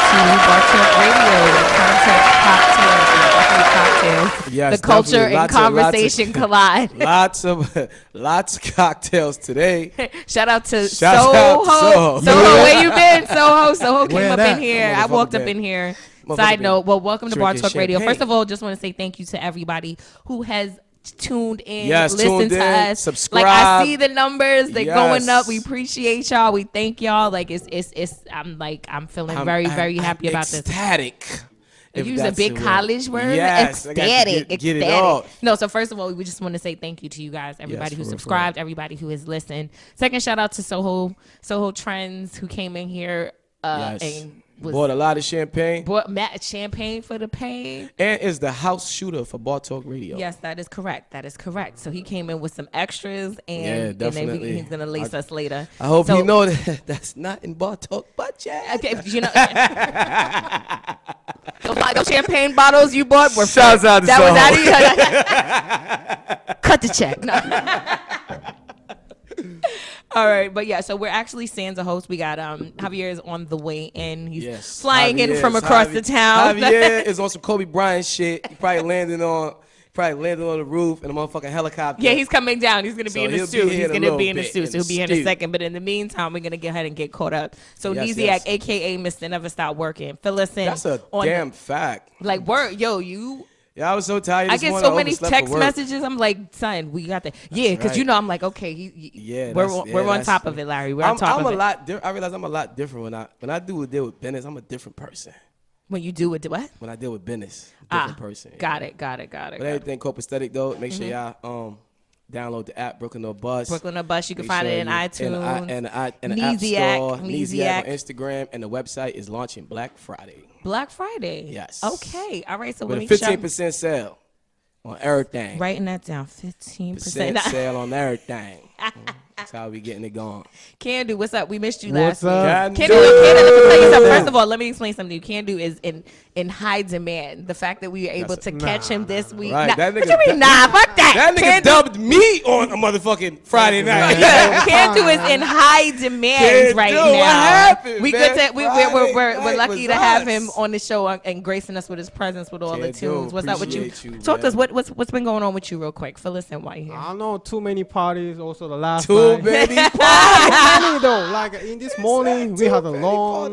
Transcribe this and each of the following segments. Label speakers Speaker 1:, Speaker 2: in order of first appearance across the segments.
Speaker 1: Bartip Radio with content cocktails and ugly cocktails.
Speaker 2: Yes,
Speaker 1: the culture
Speaker 2: definitely.
Speaker 1: and conversation
Speaker 2: Lots of- lots of-
Speaker 1: collide.
Speaker 2: lots of lots of cocktails today.
Speaker 1: Shout out to
Speaker 2: Shout out
Speaker 1: Soho.
Speaker 2: Soho.
Speaker 1: Soho, where you been? Soho, Soho came
Speaker 3: Where
Speaker 1: up
Speaker 3: that
Speaker 1: in here. I walked
Speaker 2: motherfucker
Speaker 1: up
Speaker 2: been?
Speaker 1: in here.
Speaker 2: Motherfucker
Speaker 1: Side
Speaker 2: been
Speaker 1: note, well, welcome to Bar
Speaker 2: drinking
Speaker 1: Talk Radio.
Speaker 2: champagne.
Speaker 1: First of all, just want to say thank you to everybody who has tuned in,
Speaker 2: Yes,
Speaker 1: listened
Speaker 2: tuned
Speaker 1: to
Speaker 2: in,
Speaker 1: us. Like I
Speaker 2: subscribe.
Speaker 1: see the numbers, they're
Speaker 2: Yes.
Speaker 1: going up. We appreciate y'all. We thank y'all. Like it's it's it's. I'm like I'm feeling very
Speaker 2: I'm-
Speaker 1: very
Speaker 2: I'm
Speaker 1: happy about this.
Speaker 2: Ecstatic. if
Speaker 1: Use a
Speaker 2: that's
Speaker 1: big
Speaker 2: the word.
Speaker 1: college word.
Speaker 2: Yes, I got to
Speaker 1: ecstatic.
Speaker 2: get- get it
Speaker 1: ecstatic.
Speaker 2: all.
Speaker 1: No, so first of all, we just want to say thank you to you guys, everybody
Speaker 2: for real,
Speaker 1: who
Speaker 2: for
Speaker 1: subscribed, everybody who has listened. Second, shout out to Soho Soho Trends who came in here uh,
Speaker 2: Yes.
Speaker 1: and was
Speaker 2: Bought a lot of champagne.
Speaker 1: bought Matt champagne for the pain.
Speaker 2: and is the house shooter for Bar Talk Radio.
Speaker 1: Yes, that is correct. That is correct. So he came in with some extras, and,
Speaker 2: Yeah,
Speaker 1: and then we-
Speaker 2: definitely.
Speaker 1: he's gonna lace us later.
Speaker 2: I hope
Speaker 1: So-
Speaker 2: you know that that's not in Bar Talk budget.
Speaker 1: Okay, if you know. those, those champagne bottles you bought were
Speaker 2: Shouts out to
Speaker 1: that
Speaker 2: Soho.
Speaker 1: was out of your- Cut the check. No. All right, but yeah, so we're actually Sans a host. We got um Javier is on the way in. He's
Speaker 2: Yes.
Speaker 1: flying in
Speaker 2: Javier,
Speaker 1: from across the
Speaker 2: Javi-
Speaker 1: town.
Speaker 2: Javier is on some Kobe Bryant shit. He probably landing on probably landing on the roof in a motherfucking helicopter.
Speaker 1: yeah, he's coming down. He's gonna be
Speaker 2: So
Speaker 1: in the
Speaker 2: he'll be
Speaker 1: suit.
Speaker 2: here
Speaker 1: He's
Speaker 2: in a
Speaker 1: gonna be
Speaker 2: little
Speaker 1: in the
Speaker 2: bit,
Speaker 1: suit.
Speaker 2: in
Speaker 1: So he'll
Speaker 2: the
Speaker 1: be here in a
Speaker 2: suit.
Speaker 1: second. But in the meantime, we're gonna go ahead and get caught up. So Neziak,
Speaker 2: Yes, yes.
Speaker 1: aka Mr. Never Stop Working, fill us in.
Speaker 2: That's a
Speaker 1: on the-
Speaker 2: damn fact.
Speaker 1: like word, yo, you
Speaker 2: Yeah, I was so tired.
Speaker 1: I
Speaker 2: this
Speaker 1: get
Speaker 2: morning,
Speaker 1: so many
Speaker 2: overslept
Speaker 1: text
Speaker 2: for work.
Speaker 1: messages. I'm like, son, we got that. Yeah, because you
Speaker 2: right.
Speaker 1: know, I'm like, okay, he, he-
Speaker 2: Yeah,
Speaker 1: we're
Speaker 2: that's-
Speaker 1: on-
Speaker 2: yeah,
Speaker 1: we're on
Speaker 2: that's-
Speaker 1: top of it, Larry. We're on
Speaker 2: I'm,
Speaker 1: top
Speaker 2: I'm
Speaker 1: of
Speaker 2: a
Speaker 1: it.
Speaker 2: lot. Di- I realize I'm a lot different when I when I do a deal with business. I'm a different person.
Speaker 1: When you do it, do what?
Speaker 2: When I deal with business, different
Speaker 1: ah,
Speaker 2: person.
Speaker 1: Got it, got it, got it.
Speaker 2: But
Speaker 1: Got it.
Speaker 2: everything copacetic though. Make sure y'all um download the app Brooklyn No Bus.
Speaker 1: Brooklyn a bus. You can
Speaker 2: Make
Speaker 1: find
Speaker 2: sure
Speaker 1: it in
Speaker 2: you-
Speaker 1: iTunes,
Speaker 2: and the i- and the app
Speaker 1: Amnesiac,
Speaker 2: store, Amnesiac on
Speaker 1: Amnesiac.
Speaker 2: Instagram, and the website is launching Black Friday
Speaker 1: Black Friday.
Speaker 2: Yes.
Speaker 1: Okay. All right. So
Speaker 2: with
Speaker 1: let
Speaker 2: a
Speaker 1: me jump-
Speaker 2: 15% sale on everything.
Speaker 1: Writing that down. Fifteen
Speaker 2: Percent
Speaker 1: percent.
Speaker 2: sale on everything. That's how we getting it going.
Speaker 1: Can do. What's up? We missed you
Speaker 3: What's
Speaker 1: last week.
Speaker 3: up?
Speaker 1: Can
Speaker 2: Can
Speaker 1: do.
Speaker 2: do.
Speaker 1: Can do. Let me tell you something. First of all, let me explain something. to you. Can do is in in high demand. The fact that we were able
Speaker 2: That's-
Speaker 1: to
Speaker 3: nah,
Speaker 1: catch him this week.
Speaker 2: Right,
Speaker 1: Nah,
Speaker 2: that
Speaker 1: what
Speaker 2: nigga-
Speaker 1: you mean? Nah, fuck that.
Speaker 2: That nigga
Speaker 1: Can do-
Speaker 2: dubbed me on a motherfucking Friday night.
Speaker 1: Yeah, Cantu is in high demand
Speaker 2: Cantu,
Speaker 1: right now.
Speaker 2: what happened,
Speaker 1: we
Speaker 2: man?
Speaker 1: good to, we, we're, we're, we're,
Speaker 2: Friday
Speaker 1: we're
Speaker 2: night
Speaker 1: lucky
Speaker 2: was
Speaker 1: to have
Speaker 2: us.
Speaker 1: him on the show and- and gracing us with his presence with all the
Speaker 2: Cantu,
Speaker 1: tunes. What's up with you?
Speaker 2: appreciate you,
Speaker 1: Talk to
Speaker 2: man.
Speaker 1: us. What, what's what's been going on with you, real quick? For listen, why you here?
Speaker 3: I don't know too many parties. Also, the last
Speaker 2: Two
Speaker 3: night.
Speaker 2: baby
Speaker 3: Too many though. Like in this morning, we
Speaker 2: too
Speaker 3: had a
Speaker 2: many
Speaker 3: long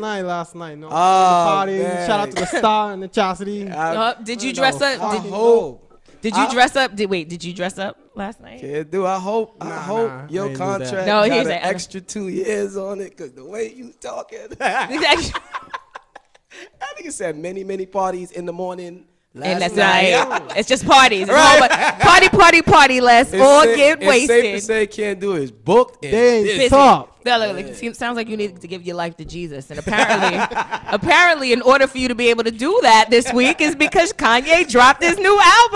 Speaker 2: parties.
Speaker 3: night last night. No,
Speaker 2: Oh,
Speaker 3: the party.
Speaker 2: man.
Speaker 3: Shout out to the star and the chastity.
Speaker 2: I,
Speaker 1: Uh, did you dress up?
Speaker 2: I
Speaker 1: Did,
Speaker 2: hope.
Speaker 1: did you
Speaker 2: I-
Speaker 1: dress up? Did wait? Did you dress up last night?
Speaker 2: Yeah, dude, I hope I
Speaker 3: Nah,
Speaker 2: hope
Speaker 3: nah, I
Speaker 2: your
Speaker 3: ain't do that.
Speaker 2: contract
Speaker 1: No,
Speaker 2: got
Speaker 1: he's
Speaker 2: an
Speaker 1: like, I-
Speaker 2: extra two years on it, cause the way you talking. I think it said many, many parties in the morning. Last
Speaker 1: and that's
Speaker 2: night.
Speaker 1: not it. It's just parties. It's
Speaker 2: Right.
Speaker 1: all but party, party, party. Let's
Speaker 2: It's
Speaker 1: all
Speaker 2: safe-
Speaker 1: get
Speaker 2: It's safe to
Speaker 1: wasted.
Speaker 2: say can't do it. It's booked. and
Speaker 3: They ain't
Speaker 2: busy.
Speaker 1: busy.
Speaker 3: Stop.
Speaker 1: No, look, look, it seems- sounds like you need to give your life to Jesus. And apparently, apparently, in order for you to be able to do that this week is because Kanye dropped his new album.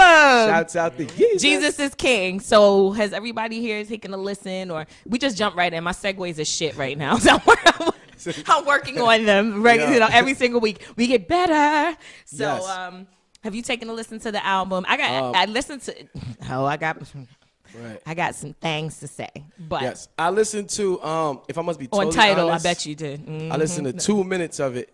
Speaker 2: Shouts out to Jesus.
Speaker 1: Jesus is king. So has everybody here taken a listen, or we just jump right in? My segues is shit right now. So I'm, I'm working on them. Right,
Speaker 2: Yeah.
Speaker 1: you know, every single week we get better. So,
Speaker 2: Yes.
Speaker 1: um, have you taken a listen to the album? I got.
Speaker 2: Um,
Speaker 1: I listened to. Oh, I got.
Speaker 2: Right.
Speaker 1: I got some things to say, but
Speaker 2: Yes, I listened to. Um, if I must be
Speaker 1: on
Speaker 2: totally
Speaker 1: title,
Speaker 2: honest,
Speaker 1: I bet you did. Mm.
Speaker 2: I listened to two minutes of it.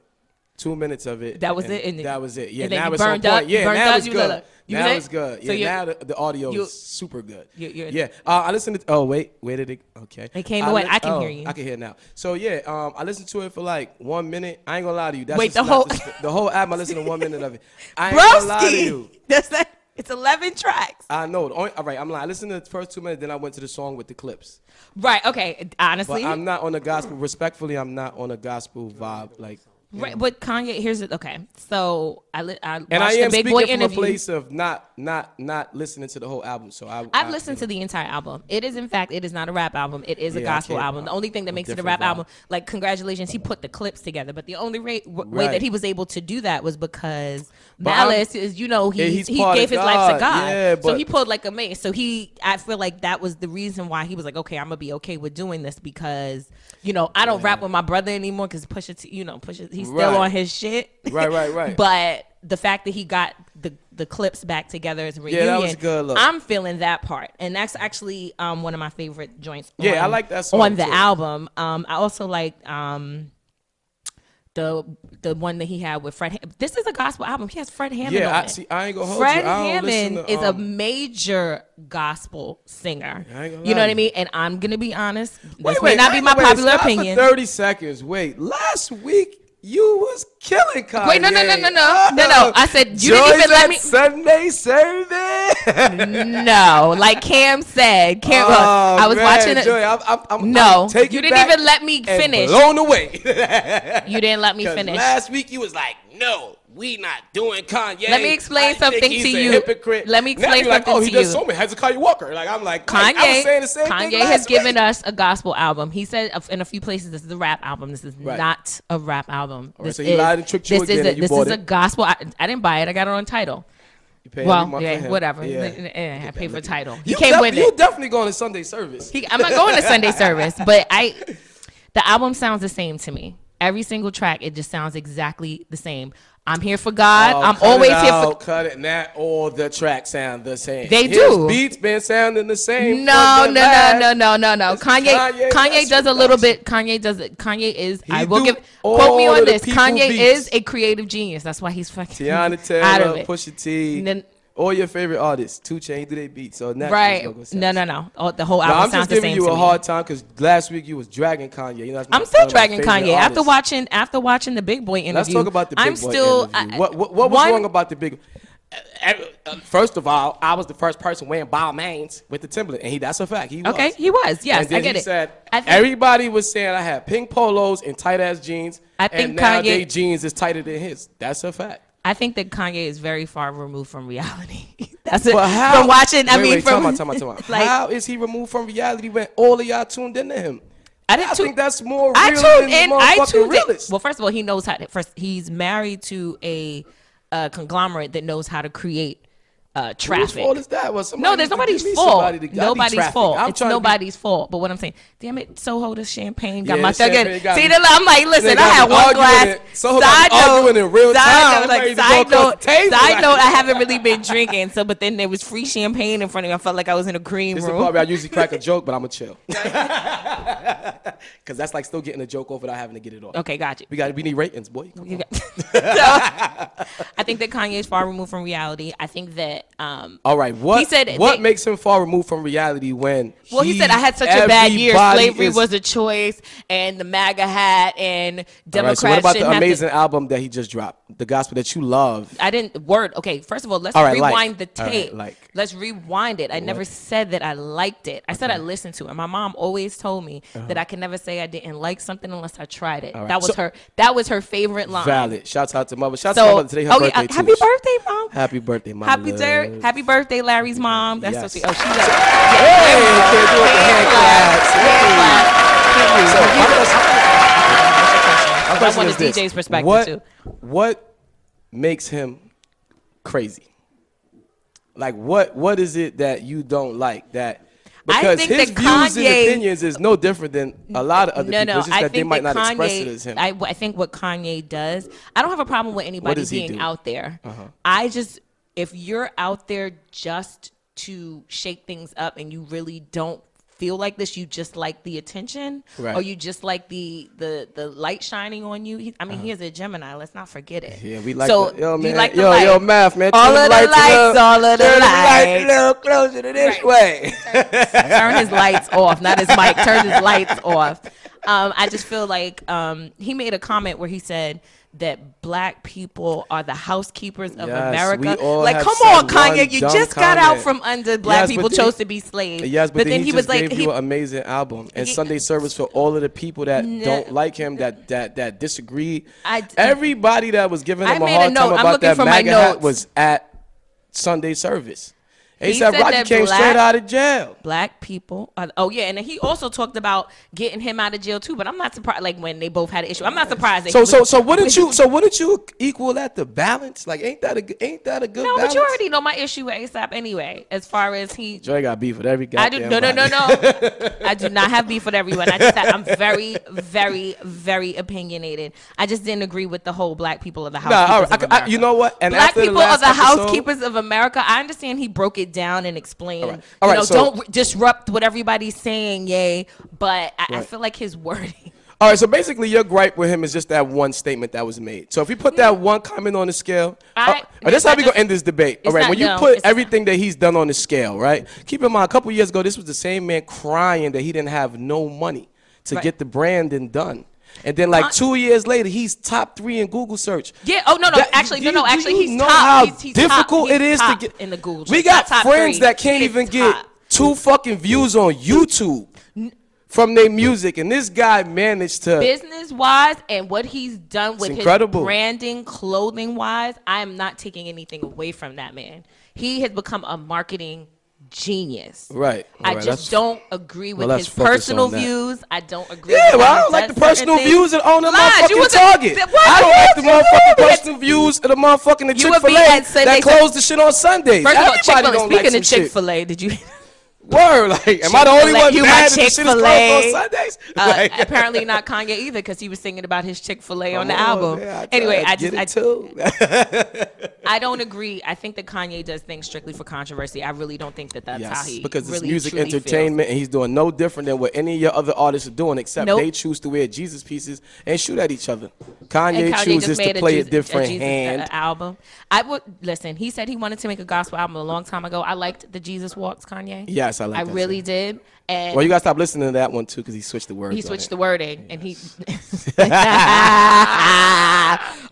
Speaker 2: Two minutes of it.
Speaker 1: Mm-hmm. That was it, and then-
Speaker 2: that was it. Yeah,
Speaker 1: and then
Speaker 2: now
Speaker 1: you
Speaker 2: it's on
Speaker 1: burned
Speaker 2: point.
Speaker 1: up- you
Speaker 2: yeah,
Speaker 1: burned
Speaker 2: now
Speaker 1: up,
Speaker 2: it's
Speaker 1: you was
Speaker 2: good.
Speaker 1: like, you
Speaker 2: now
Speaker 1: was
Speaker 2: it's
Speaker 1: like-
Speaker 2: good.
Speaker 1: so
Speaker 2: yeah, now
Speaker 1: you're-
Speaker 2: the, the audio
Speaker 1: you-
Speaker 2: is super good.
Speaker 1: you- you're-
Speaker 2: yeah, uh, I listened to. Oh wait, where did it? Okay,
Speaker 1: It came away. I can
Speaker 2: oh,
Speaker 1: hear you.
Speaker 2: I can hear now. So yeah, um, I listened to it for like one minute. I ain't gonna lie to you. That's
Speaker 1: Wait,
Speaker 2: what's
Speaker 1: the
Speaker 2: not
Speaker 1: whole-
Speaker 2: sp- the whole album. I listened to one minute of it. I ain't gonna lie to you.
Speaker 1: Broski. That's that. It's eleven tracks.
Speaker 2: I know. The only, all right, I'm lying. I listened to the first two minutes, then I went to the song with the clips.
Speaker 1: Right. Okay.
Speaker 2: But
Speaker 1: Honestly,
Speaker 2: I'm not on a gospel. Respectfully, I'm not on a gospel vibe. Like,
Speaker 1: right, but Kanye. Here's it. Okay. So I li- I watched
Speaker 2: and I
Speaker 1: the
Speaker 2: am
Speaker 1: Big
Speaker 2: speaking
Speaker 1: Boy
Speaker 2: from
Speaker 1: interview.
Speaker 2: a place of not, not, not listening to the whole album. So I,
Speaker 1: I've listened to the entire album. It is, in fact, it is not a rap album. It is a
Speaker 2: Yeah, I
Speaker 1: gospel
Speaker 2: can't-
Speaker 1: album. The only thing that
Speaker 2: a
Speaker 1: makes it a rap
Speaker 2: different vibe.
Speaker 1: album, like congratulations, he put the clips together. But the only ra- w- way that
Speaker 2: Right.
Speaker 1: he was able to do that was because
Speaker 2: I'm-
Speaker 1: Malice is, you know,
Speaker 2: Yeah,
Speaker 1: he
Speaker 2: he's
Speaker 1: he
Speaker 2: part
Speaker 1: gave his
Speaker 2: of
Speaker 1: life to
Speaker 2: God.
Speaker 1: God.
Speaker 2: Yeah,
Speaker 1: so
Speaker 2: but-
Speaker 1: he pulled like a mace. So he, I feel like that was the reason why he was like, okay, I'm gonna be okay with doing this because you know I don't rap with my brother anymore because Pusha, T, you know, Pusha, he's
Speaker 2: Right.
Speaker 1: still on his shit.
Speaker 2: Right, right, right.
Speaker 1: but the fact that he got the the clips back together as a
Speaker 2: Yeah,
Speaker 1: reunion,
Speaker 2: that was a good look.
Speaker 1: I'm I'm feeling that part, and that's actually um, one of my favorite joints.
Speaker 2: Yeah, I
Speaker 1: on-
Speaker 2: like that song,
Speaker 1: on the
Speaker 2: too.
Speaker 1: album. Um, I also like um, the the one that he had with Fred. Ham- this is a gospel album. He has Fred Hammond.
Speaker 2: Yeah,
Speaker 1: on
Speaker 2: I
Speaker 1: it.
Speaker 2: see. I ain't gonna hold
Speaker 1: Fred
Speaker 2: you. I don't listen
Speaker 1: Hammond
Speaker 2: to,
Speaker 1: is a
Speaker 2: um,
Speaker 1: major gospel singer.
Speaker 2: I ain't gonna
Speaker 1: You know what
Speaker 2: lie to
Speaker 1: I
Speaker 2: you.
Speaker 1: mean? And I'm gonna be honest. This
Speaker 2: Wait,
Speaker 1: may
Speaker 2: wait,
Speaker 1: not be
Speaker 2: wait,
Speaker 1: my
Speaker 2: wait,
Speaker 1: popular
Speaker 2: stop for
Speaker 1: opinion.
Speaker 2: Thirty seconds. Wait, last week you was killing Kanye.
Speaker 1: Wait, no, no, no, no, no, no, no. I said, you didn't
Speaker 2: Joy's
Speaker 1: even let
Speaker 2: at
Speaker 1: me-
Speaker 2: Sunday service.
Speaker 1: no, like Cam said, Cam. look,
Speaker 2: Oh,
Speaker 1: I was
Speaker 2: man,
Speaker 1: watching it.
Speaker 2: Joy, I'm, I'm, I'm,
Speaker 1: No,
Speaker 2: I'm taking
Speaker 1: you didn't
Speaker 2: back
Speaker 1: even let me
Speaker 2: and
Speaker 1: finish.
Speaker 2: Blown away.
Speaker 1: You didn't let me
Speaker 2: 'Cause
Speaker 1: finish.
Speaker 2: Last week you was like, no, we not doing Kanye.
Speaker 1: Let me explain
Speaker 2: I think
Speaker 1: something
Speaker 2: he's
Speaker 1: to
Speaker 2: a
Speaker 1: you.
Speaker 2: Hypocrite.
Speaker 1: Let me
Speaker 2: Now
Speaker 1: explain
Speaker 2: you're like,
Speaker 1: something
Speaker 2: oh, he
Speaker 1: to
Speaker 2: does
Speaker 1: you.
Speaker 2: so many. Has a Kanye Walker. Like I'm like,
Speaker 1: Kanye,
Speaker 2: like, I was saying the same
Speaker 1: Kanye
Speaker 2: thing
Speaker 1: has
Speaker 2: last
Speaker 1: given
Speaker 2: week.
Speaker 1: us a gospel album. He said of- in a few places, this is a rap album. This is
Speaker 2: Right.
Speaker 1: not a rap album.
Speaker 2: right,
Speaker 1: this
Speaker 2: so he
Speaker 1: is-
Speaker 2: lied and tricked you
Speaker 1: this
Speaker 2: again
Speaker 1: Is a,
Speaker 2: and you
Speaker 1: this
Speaker 2: bought
Speaker 1: is a
Speaker 2: it.
Speaker 1: gospel. I, I didn't buy it. I got it on title.
Speaker 2: You pay every
Speaker 1: well,
Speaker 2: month for
Speaker 1: yeah,
Speaker 2: him.
Speaker 1: whatever.
Speaker 2: Yeah.
Speaker 1: Eh, eh, I paid for title. He
Speaker 2: You
Speaker 1: came
Speaker 2: def-
Speaker 1: with
Speaker 2: You
Speaker 1: it.
Speaker 2: definitely going to Sunday service.
Speaker 1: He, I'm not going to Sunday service, but I, the album sounds the same to me. Every single track, it just sounds exactly the same. I'm here for God.
Speaker 2: Oh,
Speaker 1: I'm
Speaker 2: cut
Speaker 1: always
Speaker 2: it
Speaker 1: here
Speaker 2: out,
Speaker 1: for.
Speaker 2: Cut it. Not all the tracks sound the same.
Speaker 1: They
Speaker 2: His
Speaker 1: do.
Speaker 2: Beats been sounding the same.
Speaker 1: No, no, no, no, no, no, no. Kanye, Kanye,
Speaker 2: Kanye, that's
Speaker 1: does a
Speaker 2: what
Speaker 1: little
Speaker 2: that's-
Speaker 1: bit. Kanye does it. Kanye is. I will
Speaker 2: do
Speaker 1: give. Quote me
Speaker 2: all
Speaker 1: on
Speaker 2: of the
Speaker 1: this.
Speaker 2: people
Speaker 1: Kanye
Speaker 2: beats.
Speaker 1: is a creative genius. That's why he's fucking
Speaker 2: Tiana
Speaker 1: out
Speaker 2: Taylor,
Speaker 1: of it.
Speaker 2: Pusha T,
Speaker 1: N-
Speaker 2: all your favorite artists, Two Chainz, do they beat? So naturally it's
Speaker 1: right?
Speaker 2: not gonna sound
Speaker 1: No,
Speaker 2: the
Speaker 1: no,
Speaker 2: same.
Speaker 1: no. Oh, the whole
Speaker 2: No,
Speaker 1: album
Speaker 2: I'm
Speaker 1: sounds
Speaker 2: just
Speaker 1: the same
Speaker 2: giving you
Speaker 1: to
Speaker 2: a
Speaker 1: me.
Speaker 2: hard time because last week you was dragging Kanye. You know, that's my-
Speaker 1: I'm still
Speaker 2: one of my
Speaker 1: dragging Kanye.
Speaker 2: favorite
Speaker 1: After
Speaker 2: artists.
Speaker 1: watching, after watching the Big Boy interview,
Speaker 2: Let's talk about the big
Speaker 1: I'm
Speaker 2: boy
Speaker 1: still.
Speaker 2: interview.
Speaker 1: I-
Speaker 2: what, what, what was
Speaker 1: one-
Speaker 2: wrong about the big? Uh, uh, First of all, I was the first person wearing Balmain's with the Timberland, and he, that's a fact. He was.
Speaker 1: Okay, he was. Yes,
Speaker 2: and then
Speaker 1: I get
Speaker 2: he
Speaker 1: it.
Speaker 2: Said,
Speaker 1: I think-
Speaker 2: everybody was saying I had pink polos and tight ass jeans.
Speaker 1: I think
Speaker 2: and now
Speaker 1: Kanye-
Speaker 2: their jeans is tighter than his. That's a fact.
Speaker 1: I think that Kanye is very far removed from reality. That's it.
Speaker 2: But how?
Speaker 1: from watching, I
Speaker 2: Wait,
Speaker 1: mean,
Speaker 2: wait,
Speaker 1: from
Speaker 2: time out, time out, time out.
Speaker 1: like
Speaker 2: how is he removed from reality when all of y'all tuned into him?
Speaker 1: I didn't tune-
Speaker 2: think that's more. Real
Speaker 1: I
Speaker 2: than
Speaker 1: tuned
Speaker 2: the
Speaker 1: in. I
Speaker 2: motherfucking
Speaker 1: tuned in.
Speaker 2: realest.
Speaker 1: Well, first of all, he knows how. To, first, he's married to a, uh conglomerate that knows how to create uh,
Speaker 2: Whose
Speaker 1: traffic.
Speaker 2: fault is that? Well, somebody
Speaker 1: no, there's
Speaker 2: need to
Speaker 1: nobody's
Speaker 2: give me
Speaker 1: fault.
Speaker 2: somebody to- I need
Speaker 1: nobody's
Speaker 2: traffic.
Speaker 1: fault.
Speaker 2: I'm
Speaker 1: it's
Speaker 2: trying to be-
Speaker 1: nobody's fault. But what I'm saying, damn it, Soho the champagne got
Speaker 2: Yeah,
Speaker 1: my
Speaker 2: the
Speaker 1: thug.
Speaker 2: champagne got
Speaker 1: See,
Speaker 2: me.
Speaker 1: the, I'm like, listen,
Speaker 2: They
Speaker 1: I
Speaker 2: got
Speaker 1: had
Speaker 2: me
Speaker 1: one
Speaker 2: arguing
Speaker 1: glass.
Speaker 2: it. Soho got me arguing in real time.
Speaker 1: Side note,
Speaker 2: I'm ready
Speaker 1: like,
Speaker 2: to go
Speaker 1: side
Speaker 2: across
Speaker 1: note,
Speaker 2: the table.
Speaker 1: side note, I haven't really been drinking. So, but then there was free champagne in front of me. I felt like I was in a green
Speaker 2: This is the
Speaker 1: room.
Speaker 2: part where I usually crack a joke, but I'm gonna chill. Cause that's like still getting a joke off without having to get it off.
Speaker 1: Okay, got you.
Speaker 2: We got we need ratings, boy.
Speaker 1: You got- So, I think that Kanye is far removed from reality. I think that um,
Speaker 2: All right, what
Speaker 1: He said
Speaker 2: what
Speaker 1: they-
Speaker 2: makes him far removed from reality when?
Speaker 1: well, he, said I had such a bad year.
Speaker 2: everybody
Speaker 1: Slavery
Speaker 2: is-
Speaker 1: was a choice, and the MAGA hat, and
Speaker 2: All right,
Speaker 1: Democrats
Speaker 2: so what about
Speaker 1: shouldn't
Speaker 2: the
Speaker 1: have to-
Speaker 2: amazing album that he just dropped, the gospel that you love?
Speaker 1: I didn't word. Okay, first of all, let's
Speaker 2: All right, like.
Speaker 1: rewind the
Speaker 2: All right,
Speaker 1: tape.
Speaker 2: like.
Speaker 1: Let's rewind it. I never said that I liked it. I said I listened to it. My mom always told me that I can never say I didn't like something unless I tried it.
Speaker 2: Uh-huh. right,
Speaker 1: That was
Speaker 2: so-
Speaker 1: her. That was her favorite line.
Speaker 2: Valid. Shouts out to mother. Shouts out
Speaker 1: So,
Speaker 2: to my mother. Today her
Speaker 1: oh
Speaker 2: birthday
Speaker 1: yeah,
Speaker 2: too.
Speaker 1: happy birthday, mom.
Speaker 2: Happy birthday, mama.
Speaker 1: Happy, Jer-
Speaker 2: love.
Speaker 1: happy birthday, Larry's mom. That's so
Speaker 2: Yes.
Speaker 1: sweet. Oh, she's a
Speaker 2: Hey, kids, do it with the hand claps. Hey. So, my question- my question
Speaker 1: want
Speaker 2: is
Speaker 1: the
Speaker 2: this.
Speaker 1: DJ's perspective,
Speaker 2: what,
Speaker 1: too.
Speaker 2: What makes him crazy? Like, what what is it that you don't like that?
Speaker 1: I
Speaker 2: Because
Speaker 1: think
Speaker 2: his
Speaker 1: that
Speaker 2: views and
Speaker 1: Kanye-
Speaker 2: opinions is no different than a lot of other
Speaker 1: no,
Speaker 2: people.
Speaker 1: no.
Speaker 2: it's just
Speaker 1: I
Speaker 2: that they
Speaker 1: think
Speaker 2: might
Speaker 1: that
Speaker 2: not
Speaker 1: Kanye,
Speaker 2: express it as him.
Speaker 1: I, I think what Kanye does. I don't have a problem with anybody
Speaker 2: does he
Speaker 1: being
Speaker 2: do? Uh-huh.
Speaker 1: out there. I just, if you're out there just to shake things up and you really don't feel like this, you just like the attention,
Speaker 2: Right.
Speaker 1: or you just like the the the light shining on you. He, I mean, he is a Gemini. Let's not forget it.
Speaker 2: Uh-huh. yeah, we like
Speaker 1: so
Speaker 2: the, yo,
Speaker 1: you
Speaker 2: man,
Speaker 1: like the
Speaker 2: yo,
Speaker 1: light.
Speaker 2: yo, math, man.
Speaker 1: All
Speaker 2: turn
Speaker 1: of the
Speaker 2: lights, a
Speaker 1: lights,
Speaker 2: little-
Speaker 1: all of the
Speaker 2: turn lights
Speaker 1: lights.
Speaker 2: a little closer to
Speaker 1: Right.
Speaker 2: this way.
Speaker 1: turn his lights off, not his mic. Turn his lights off. Um, I just feel like um, he made a comment where he said that black people are the housekeepers of
Speaker 2: Yes,
Speaker 1: America.
Speaker 2: we all
Speaker 1: like,
Speaker 2: have
Speaker 1: come on,
Speaker 2: said one
Speaker 1: Kanye, you
Speaker 2: dumb
Speaker 1: just got out
Speaker 2: comment.
Speaker 1: from under black
Speaker 2: Yes, but
Speaker 1: people
Speaker 2: then-
Speaker 1: chose to be slaves.
Speaker 2: Yes, but, then, he,
Speaker 1: was
Speaker 2: just
Speaker 1: like,
Speaker 2: gave
Speaker 1: he,
Speaker 2: you an amazing album and
Speaker 1: He-
Speaker 2: Sunday service for all of the people that
Speaker 1: No.
Speaker 2: don't like him, that that that disagree.
Speaker 1: I d-
Speaker 2: Everybody that was giving
Speaker 1: I
Speaker 2: him a
Speaker 1: made a
Speaker 2: hard
Speaker 1: note.
Speaker 2: time
Speaker 1: I'm
Speaker 2: about
Speaker 1: looking
Speaker 2: that
Speaker 1: for my
Speaker 2: MAGA hat
Speaker 1: notes.
Speaker 2: was at Sunday service.
Speaker 1: He
Speaker 2: ASAP
Speaker 1: said
Speaker 2: Rocky
Speaker 1: that
Speaker 2: came
Speaker 1: black-
Speaker 2: straight out of jail.
Speaker 1: black people are oh yeah and then he also talked about getting him out of jail too but i'm not surprised like when they both had an issue i'm not surprised that he
Speaker 2: So
Speaker 1: was-
Speaker 2: so so wouldn't you so wouldn't you equal that to balance? Like ain't that a g- ain't that a good
Speaker 1: no but
Speaker 2: balance?
Speaker 1: you already know my issue with asap anyway as far as he
Speaker 2: Joy got beef with every guy.
Speaker 1: I do no no no no. I do not have beef with everyone. I just I'm very very very opinionated. I just didn't agree with the whole black people of the house.
Speaker 2: Nah, all right. I- I- you know what? And
Speaker 1: black
Speaker 2: after the
Speaker 1: people are
Speaker 2: last
Speaker 1: the
Speaker 2: episode-
Speaker 1: housekeepers of America. I understand he broke it down and explained.
Speaker 2: All right. All
Speaker 1: you
Speaker 2: right,
Speaker 1: know,
Speaker 2: so-
Speaker 1: don't disrupt what everybody's saying, yay. But I, I
Speaker 2: Right.
Speaker 1: feel like his wording.
Speaker 2: All right, so basically, your gripe with him is just that one statement that was made. So if you put
Speaker 1: Hmm.
Speaker 2: that one comment on the scale,
Speaker 1: All right.
Speaker 2: uh, this
Speaker 1: It's
Speaker 2: is how
Speaker 1: not
Speaker 2: we gonna
Speaker 1: just-
Speaker 2: end this debate. All
Speaker 1: it's
Speaker 2: right,
Speaker 1: not-
Speaker 2: when you
Speaker 1: no,
Speaker 2: put
Speaker 1: it's-
Speaker 2: everything that he's done on the scale, right? Keep in mind, a couple years ago, this was the same man crying that he didn't have no money to
Speaker 1: Right.
Speaker 2: get the branding done, and then like
Speaker 1: Uh,
Speaker 2: two years later, he's top three in Google search.
Speaker 1: Yeah. Oh no, no.
Speaker 2: That-
Speaker 1: actually,
Speaker 2: do
Speaker 1: no,
Speaker 2: you-
Speaker 1: no.
Speaker 2: do
Speaker 1: Actually,
Speaker 2: you
Speaker 1: he's
Speaker 2: know
Speaker 1: top.
Speaker 2: How
Speaker 1: he's, he's
Speaker 2: difficult
Speaker 1: top. He's
Speaker 2: it is
Speaker 1: top
Speaker 2: to get
Speaker 1: in the Google.
Speaker 2: We
Speaker 1: He's
Speaker 2: got
Speaker 1: top
Speaker 2: friends
Speaker 1: three.
Speaker 2: that can't
Speaker 1: He's
Speaker 2: even
Speaker 1: top.
Speaker 2: get two fucking views on YouTube from their music, and this guy managed to.
Speaker 1: business wise and what he's done with
Speaker 2: incredible.
Speaker 1: his branding, clothing wise, I am not taking anything away from that man. He has become a marketing genius.
Speaker 2: Right.
Speaker 1: I
Speaker 2: right,
Speaker 1: just
Speaker 2: that's-
Speaker 1: don't agree with
Speaker 2: let's
Speaker 1: his
Speaker 2: focus
Speaker 1: personal
Speaker 2: on that.
Speaker 1: views. I don't agree.
Speaker 2: Yeah,
Speaker 1: with
Speaker 2: well,
Speaker 1: how
Speaker 2: I
Speaker 1: he
Speaker 2: don't like
Speaker 1: does
Speaker 2: the personal
Speaker 1: certain
Speaker 2: views
Speaker 1: things.
Speaker 2: and on the
Speaker 1: Lies, you
Speaker 2: motherfucking
Speaker 1: was a-
Speaker 2: target.
Speaker 1: th- what
Speaker 2: I don't like the
Speaker 1: you
Speaker 2: motherfucking
Speaker 1: doing?
Speaker 2: personal views of the motherfucking the
Speaker 1: You
Speaker 2: Chick
Speaker 1: would be
Speaker 2: Fil
Speaker 1: at
Speaker 2: A
Speaker 1: Sunday
Speaker 2: that
Speaker 1: Sa-
Speaker 2: closed the shit on Sundays.
Speaker 1: First of all, Chick
Speaker 2: Everybody
Speaker 1: Fil A.
Speaker 2: don't like
Speaker 1: Speaking
Speaker 2: some
Speaker 1: of Chick
Speaker 2: shit.
Speaker 1: Fil A, did you?
Speaker 2: Word, like, am I the only
Speaker 1: Chick-fil-A,
Speaker 2: one
Speaker 1: you my
Speaker 2: mad that the shit is closed
Speaker 1: Chick-fil-A.
Speaker 2: on Sundays?
Speaker 1: Uh,
Speaker 2: Like-
Speaker 1: apparently not Kanye either, because he was singing about his Chick Fil A on the
Speaker 2: Come on,
Speaker 1: album.
Speaker 2: man, tried
Speaker 1: anyway,
Speaker 2: to
Speaker 1: I
Speaker 2: get
Speaker 1: just
Speaker 2: it
Speaker 1: I,
Speaker 2: too.
Speaker 1: I don't agree. I think that Kanye does things strictly for controversy. I really don't think that that's how
Speaker 2: Yes,
Speaker 1: he
Speaker 2: because
Speaker 1: really,
Speaker 2: it's music
Speaker 1: truly feels.
Speaker 2: entertainment, and he's doing no different than what any of your other artists are doing, except
Speaker 1: Nope.
Speaker 2: they choose to wear Jesus pieces and shoot at each other. Kanye,
Speaker 1: And Kanye
Speaker 2: chooses
Speaker 1: just
Speaker 2: to
Speaker 1: made
Speaker 2: play
Speaker 1: a,
Speaker 2: a,
Speaker 1: Jesus-
Speaker 2: different
Speaker 1: a Jesus, uh,
Speaker 2: hand.
Speaker 1: album. I would listen. He said he wanted to make a gospel album a long time ago. I liked the Jesus Walks Kanye.
Speaker 2: Yes, I like
Speaker 1: I
Speaker 2: that
Speaker 1: really did. And
Speaker 2: well, you gotta stop listening to that one too, because he switched the words.
Speaker 1: he
Speaker 2: on
Speaker 1: switched
Speaker 2: it.
Speaker 1: the wording, and he.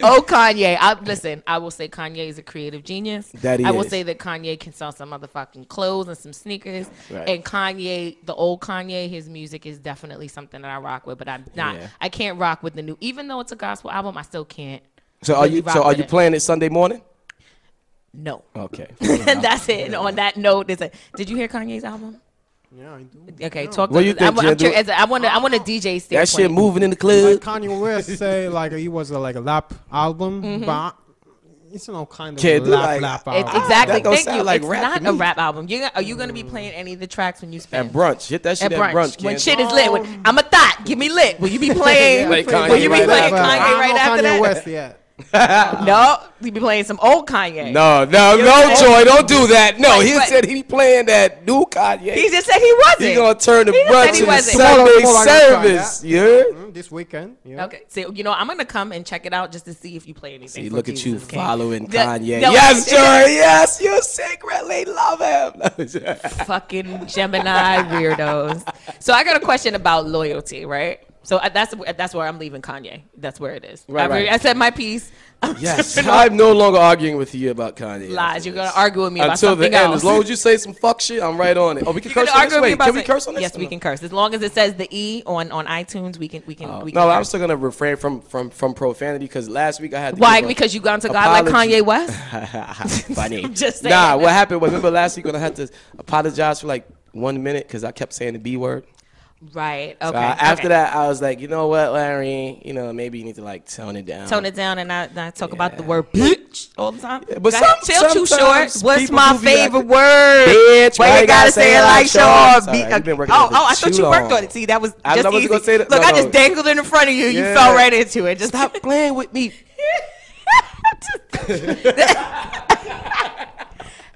Speaker 1: oh, Kanye! I, listen, I will say Kanye is a creative genius.
Speaker 2: That he
Speaker 1: I will
Speaker 2: is.
Speaker 1: say that Kanye can sell some motherfucking clothes and some sneakers.
Speaker 2: Right.
Speaker 1: And Kanye, the old Kanye, his music is definitely something that I rock with. But I'm not.
Speaker 2: Yeah.
Speaker 1: I can't rock with the new, even though it's a gospel album. I still can't.
Speaker 2: So are
Speaker 1: really
Speaker 2: you?
Speaker 1: rock
Speaker 2: So are
Speaker 1: with
Speaker 2: you
Speaker 1: it.
Speaker 2: playing it Sunday morning?
Speaker 1: No.
Speaker 2: Okay.
Speaker 1: And that's it. And on that note, it's a, did you hear Kanye's album?
Speaker 3: Yeah, I do.
Speaker 1: Okay, talk.
Speaker 2: What
Speaker 1: to
Speaker 2: you
Speaker 1: us.
Speaker 2: think,
Speaker 1: I'm, I'm
Speaker 2: Jen?
Speaker 1: curious. I want to. I want to DJ standpoint.
Speaker 2: that shit moving in the
Speaker 3: Like
Speaker 2: club.
Speaker 3: Kanye West say like it was a, like a lap album, but it's no kind of
Speaker 2: Yeah,
Speaker 3: lap
Speaker 2: dude, like-
Speaker 3: lap
Speaker 1: Mm-hmm. It's
Speaker 3: album.
Speaker 1: exactly.
Speaker 2: that don't
Speaker 1: Thank
Speaker 2: sound
Speaker 1: you.
Speaker 2: like
Speaker 1: it's
Speaker 2: rap to
Speaker 1: not a
Speaker 2: me.
Speaker 1: rap album. You are you gonna be playing any of the tracks when you spend
Speaker 2: At brunch, hit that
Speaker 1: At
Speaker 2: shit at brunch.
Speaker 1: when
Speaker 2: Ken.
Speaker 1: shit is lit? When, I'm a thought. Give me lit. Will you be playing?
Speaker 2: Play Kanye
Speaker 1: will you be
Speaker 2: right
Speaker 1: playing
Speaker 2: after
Speaker 1: Kanye
Speaker 2: that.
Speaker 1: right
Speaker 3: I don't know
Speaker 1: after that?
Speaker 3: Kanye West yet.
Speaker 1: No, you be playing some old Kanye.
Speaker 2: No, no, no,
Speaker 1: what?
Speaker 2: Joy, don't do that. No,
Speaker 1: Like
Speaker 2: he
Speaker 1: what?
Speaker 2: said he playing that new Kanye.
Speaker 1: he just said he wasn't.
Speaker 2: He gonna turn the
Speaker 1: He just said
Speaker 2: brunch
Speaker 1: he
Speaker 2: to the
Speaker 1: wasn't.
Speaker 3: Tomorrow,
Speaker 2: Sunday
Speaker 3: tomorrow, I'm gonna try
Speaker 2: service. You heard?
Speaker 3: Mm, this weekend. Yeah.
Speaker 1: Okay, so you know I'm gonna come and check it out just to see if you play anything.
Speaker 2: See,
Speaker 1: for
Speaker 2: look at you
Speaker 1: Jesus King.
Speaker 2: following
Speaker 1: The-
Speaker 2: Kanye.
Speaker 1: no,
Speaker 2: yes,
Speaker 1: it-
Speaker 2: Joy. Yes, you secretly love him.
Speaker 1: fucking Gemini weirdos. So I got a question about loyalty, right? So I, that's that's where I'm leaving Kanye. That's where it is.
Speaker 2: Right,
Speaker 1: I, already-
Speaker 2: right.
Speaker 1: I said my piece. I'm
Speaker 2: yes,
Speaker 1: tripping on
Speaker 2: I'm no longer arguing with you about Kanye.
Speaker 1: lies.
Speaker 2: after
Speaker 1: You're gonna
Speaker 2: this.
Speaker 1: argue with me about
Speaker 2: until the
Speaker 1: something
Speaker 2: end.
Speaker 1: else.
Speaker 2: As long as you say some fuck shit, I'm right on it. Oh, we can
Speaker 1: You're
Speaker 2: curse
Speaker 1: gonna
Speaker 2: on
Speaker 1: argue
Speaker 2: this.
Speaker 1: with me
Speaker 2: Wait,
Speaker 1: about
Speaker 2: can we
Speaker 1: something-
Speaker 2: curse on this?
Speaker 1: Yes, we
Speaker 2: No.
Speaker 1: can curse. As long as it says the e on on iTunes, we can we can we can.
Speaker 2: Oh. No, I'm
Speaker 1: curse.
Speaker 2: still gonna refrain from from from profanity because last week I had to
Speaker 1: Why?
Speaker 2: give a-
Speaker 1: Because you gone to God like
Speaker 2: apology.
Speaker 1: Kanye West.
Speaker 2: funny.
Speaker 1: Just saying.
Speaker 2: nah, what happened was remember last week when I had to apologize for like one minute because I kept saying the b word.
Speaker 1: Right. Okay.
Speaker 2: Uh, after
Speaker 1: okay.
Speaker 2: that, I was like, you know what, Larry, you know maybe you need to like tone it down.
Speaker 1: Tone it down and not, not talk about the
Speaker 2: Yeah.
Speaker 1: word bitch all the time.
Speaker 2: Yeah, but
Speaker 1: Go ahead,
Speaker 2: some-
Speaker 1: tell too short.
Speaker 2: sometimes
Speaker 1: What's
Speaker 2: people
Speaker 1: my
Speaker 2: do be like
Speaker 1: favorite
Speaker 2: that.
Speaker 1: word?
Speaker 2: Bitch,
Speaker 1: Why you gotta say it like Shaw?
Speaker 2: Shawn?
Speaker 1: Be-
Speaker 2: Sorry, you've been working
Speaker 1: oh,
Speaker 2: on this
Speaker 1: oh, I
Speaker 2: too
Speaker 1: thought you worked
Speaker 2: long.
Speaker 1: on it. See, that was
Speaker 2: I
Speaker 1: just
Speaker 2: wasn't
Speaker 1: easy.
Speaker 2: gonna say that-
Speaker 1: Look,
Speaker 2: no,
Speaker 1: I
Speaker 2: no.
Speaker 1: just dangled it in front of you. You
Speaker 2: Yeah.
Speaker 1: fell right into it. Just
Speaker 2: Stop playing with me.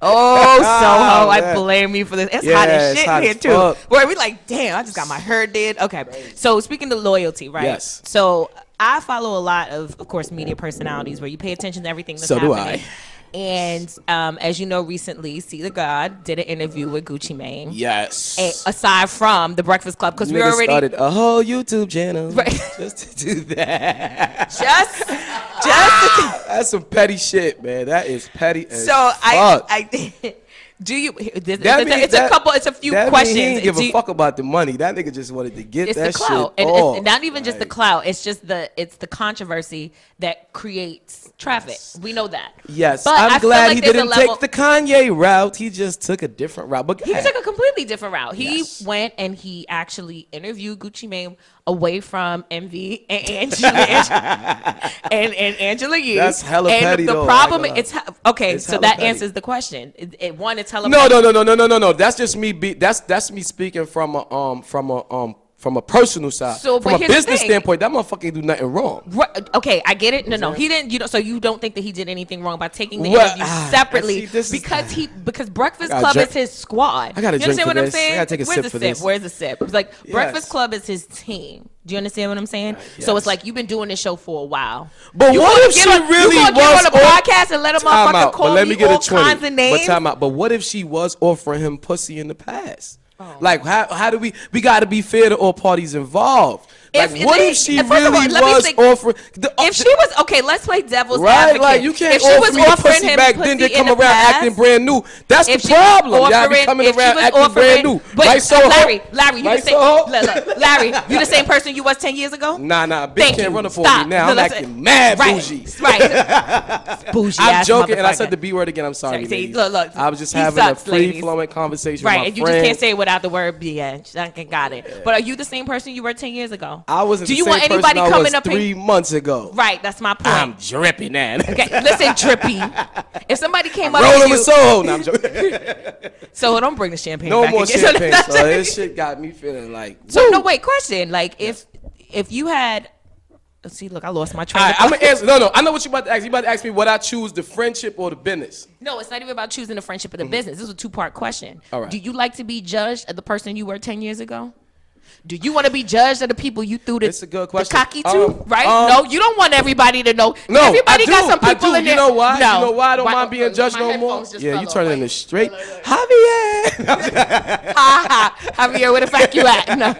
Speaker 1: Oh, Soho,
Speaker 2: Oh,
Speaker 1: I
Speaker 2: man.
Speaker 1: blame you for this. It's
Speaker 2: Yeah,
Speaker 1: hot as
Speaker 2: it's
Speaker 1: shit
Speaker 2: hot
Speaker 1: here
Speaker 2: as
Speaker 1: too.
Speaker 2: fuck.
Speaker 1: Where we like, damn, I just got my hair did. Okay, so speaking to loyalty, right?
Speaker 2: Yes.
Speaker 1: So I follow a lot of, of course, media personalities where you pay attention to everything that's
Speaker 2: So do
Speaker 1: happening. And um, as you know, recently, See the God did an interview with Gucci Mane.
Speaker 2: Yes.
Speaker 1: A- aside from the Breakfast Club, because we
Speaker 2: Nigga
Speaker 1: uh, already
Speaker 2: started a whole YouTube channel
Speaker 1: Right.
Speaker 2: just to do that.
Speaker 1: just just.
Speaker 2: Ah, That's some petty shit, man. That is petty. As
Speaker 1: so I,
Speaker 2: fuck.
Speaker 1: I do you? This,
Speaker 2: That
Speaker 1: it's,
Speaker 2: mean-
Speaker 1: a, it's a
Speaker 2: that-
Speaker 1: couple. It's a few
Speaker 2: that mean
Speaker 1: questions.
Speaker 2: He didn't give
Speaker 1: Do
Speaker 2: a
Speaker 1: you-
Speaker 2: fuck about the money. That nigga just wanted to get
Speaker 1: it's
Speaker 2: that
Speaker 1: the clout,
Speaker 2: shit
Speaker 1: and
Speaker 2: off.
Speaker 1: it's not even just the
Speaker 2: Like,
Speaker 1: clout. It's just the it's the controversy that creates traffic. We know that.
Speaker 2: Yes,
Speaker 1: but I
Speaker 2: I'm
Speaker 1: feel
Speaker 2: glad
Speaker 1: like
Speaker 2: he
Speaker 1: there's a
Speaker 2: didn't
Speaker 1: level-
Speaker 2: take the Kanye route. He just took a different route. But go
Speaker 1: He
Speaker 2: ahead.
Speaker 1: took a completely different route. He
Speaker 2: Yes.
Speaker 1: went and he actually interviewed Gucci Mane away from MV and Angela and, and Angela Yee.
Speaker 2: That's hella
Speaker 1: and
Speaker 2: petty,
Speaker 1: The
Speaker 2: though, I ain't
Speaker 1: problem
Speaker 2: gonna lie.
Speaker 1: it's okay.
Speaker 2: It's
Speaker 1: so
Speaker 2: hella
Speaker 1: that
Speaker 2: petty.
Speaker 1: answers the question. It, it- one, it's hella.
Speaker 2: no,
Speaker 1: petty.
Speaker 2: no, no, no, no, no, no, no. That's just me. Be, that's that's me speaking from a um from a um from a personal side.
Speaker 1: So,
Speaker 2: from
Speaker 1: but
Speaker 2: a
Speaker 1: here's the
Speaker 2: business
Speaker 1: thing.
Speaker 2: standpoint, that motherfucker ain't do nothing wrong.
Speaker 1: Right, okay, I get it. No, no, he didn't. You know, so you don't think that he did anything wrong by taking the
Speaker 2: Well,
Speaker 1: interview
Speaker 2: ah,
Speaker 1: separately
Speaker 2: see, this is-
Speaker 1: because he because Breakfast
Speaker 2: I
Speaker 1: Club
Speaker 2: gotta
Speaker 1: is
Speaker 2: drink-
Speaker 1: his squad.
Speaker 2: I gotta
Speaker 1: you
Speaker 2: drink
Speaker 1: understand
Speaker 2: for
Speaker 1: what I'm
Speaker 2: this. I
Speaker 1: saying?
Speaker 2: gotta take a
Speaker 1: Where's
Speaker 2: sip
Speaker 1: the
Speaker 2: for
Speaker 1: sip?
Speaker 2: this.
Speaker 1: Where's the sip? It's like Breakfast
Speaker 2: Yes.
Speaker 1: Club is his team. Do you understand what I'm saying? So
Speaker 2: yes.
Speaker 1: it's like you've been doing this show for a while.
Speaker 2: But
Speaker 1: You
Speaker 2: what
Speaker 1: gonna
Speaker 2: if
Speaker 1: get
Speaker 2: she
Speaker 1: on- you
Speaker 2: really
Speaker 1: gonna
Speaker 2: was
Speaker 1: get on a
Speaker 2: off-
Speaker 1: podcast and let a motherfucker
Speaker 2: Time out,
Speaker 1: call
Speaker 2: but let me get
Speaker 1: all
Speaker 2: a 20.
Speaker 1: kinds of
Speaker 2: But
Speaker 1: names?
Speaker 2: time out. But what if she was offering him pussy in the past?
Speaker 1: Oh.
Speaker 2: Like how how do we we got to be fair to all parties involved? Like
Speaker 1: If
Speaker 2: what
Speaker 1: they-
Speaker 2: if she
Speaker 1: if- first of all,
Speaker 2: really
Speaker 1: let me
Speaker 2: was
Speaker 1: think-
Speaker 2: offering? The,
Speaker 1: If she was okay, let's play devil's
Speaker 2: right,
Speaker 1: advocate.
Speaker 2: like you can't
Speaker 1: if she
Speaker 2: offer
Speaker 1: was
Speaker 2: me the
Speaker 1: offering
Speaker 2: pussy
Speaker 1: him
Speaker 2: back then they
Speaker 1: pussy
Speaker 2: come
Speaker 1: in the
Speaker 2: around acting
Speaker 1: past-
Speaker 2: brand new. That's
Speaker 1: if
Speaker 2: the
Speaker 1: she was
Speaker 2: problem. Y'all be
Speaker 1: offering-
Speaker 2: coming
Speaker 1: if she
Speaker 2: around
Speaker 1: was
Speaker 2: acting brand
Speaker 1: offering-
Speaker 2: new.
Speaker 1: But
Speaker 2: right, so
Speaker 1: Larry, Larry, you
Speaker 2: right,
Speaker 1: the same.
Speaker 2: Soho?
Speaker 1: look, look, Larry, you the same person you was ten years ago.
Speaker 2: Nah, nah, bitch
Speaker 1: Thank
Speaker 2: can't
Speaker 1: you.
Speaker 2: run it for
Speaker 1: Stop.
Speaker 2: me now.
Speaker 1: No,
Speaker 2: I'm
Speaker 1: that's
Speaker 2: acting
Speaker 1: it.
Speaker 2: mad
Speaker 1: right.
Speaker 2: bougie.
Speaker 1: Right, bougie.
Speaker 2: I'm
Speaker 1: ass
Speaker 2: joking, and I
Speaker 1: motherfucker.
Speaker 2: said the B word again. I'm sorry.
Speaker 1: Sorry, see,
Speaker 2: ladies.
Speaker 1: look, look,
Speaker 2: I was just
Speaker 1: he
Speaker 2: having
Speaker 1: sucks,
Speaker 2: a free
Speaker 1: ladies.
Speaker 2: flowing conversation
Speaker 1: Right,
Speaker 2: with my
Speaker 1: and you
Speaker 2: friend.
Speaker 1: just can't say it without the word bitch. I can got it. But are you the same person you were ten years ago?
Speaker 2: I wasn't.
Speaker 1: Do
Speaker 2: the
Speaker 1: you
Speaker 2: same
Speaker 1: want anybody
Speaker 2: person I was
Speaker 1: coming up? here-
Speaker 2: three months ago?
Speaker 1: Right, that's my point.
Speaker 2: I'm dripping that.
Speaker 1: okay, listen, trippy. If somebody came up
Speaker 2: Rolling
Speaker 1: to you,
Speaker 2: with Soho. No, I'm joking.
Speaker 1: so don't bring the champagne.
Speaker 2: No
Speaker 1: back
Speaker 2: more
Speaker 1: again. So
Speaker 2: champagne.
Speaker 1: that's-
Speaker 2: So this shit got me feeling like.
Speaker 1: So
Speaker 2: woo.
Speaker 1: no, wait. Question: Like, if if you had, let's see, look, I lost my train.
Speaker 2: All
Speaker 1: of
Speaker 2: right, I'm gonna answer. No, no. I know what you about to ask. You about to ask me what I choose: the friendship or the business.
Speaker 1: No, it's not even about choosing the friendship or the business. This is a two part question.
Speaker 2: Mm-hmm. All right.
Speaker 1: Do you like to be judged at the person you were 10 years ago? Do you want to be judged at the people you threw the,
Speaker 2: It's a good
Speaker 1: the
Speaker 2: question.
Speaker 1: cocky to?
Speaker 2: Um,
Speaker 1: right?
Speaker 2: um,
Speaker 1: no, you don't want everybody to know.
Speaker 2: No,
Speaker 1: everybody
Speaker 2: I do.
Speaker 1: got some
Speaker 2: I
Speaker 1: people
Speaker 2: do.
Speaker 1: in
Speaker 2: you
Speaker 1: there.
Speaker 2: know why?
Speaker 1: No.
Speaker 2: You know why I don't
Speaker 1: Why-
Speaker 2: mind being judged
Speaker 1: my
Speaker 2: no more?
Speaker 1: headphones just
Speaker 2: Yeah,
Speaker 1: fell
Speaker 2: you
Speaker 1: off.
Speaker 2: turning
Speaker 1: Wait.
Speaker 2: into straight Javier.
Speaker 1: Ha ha. Javier, where the fuck you at? No.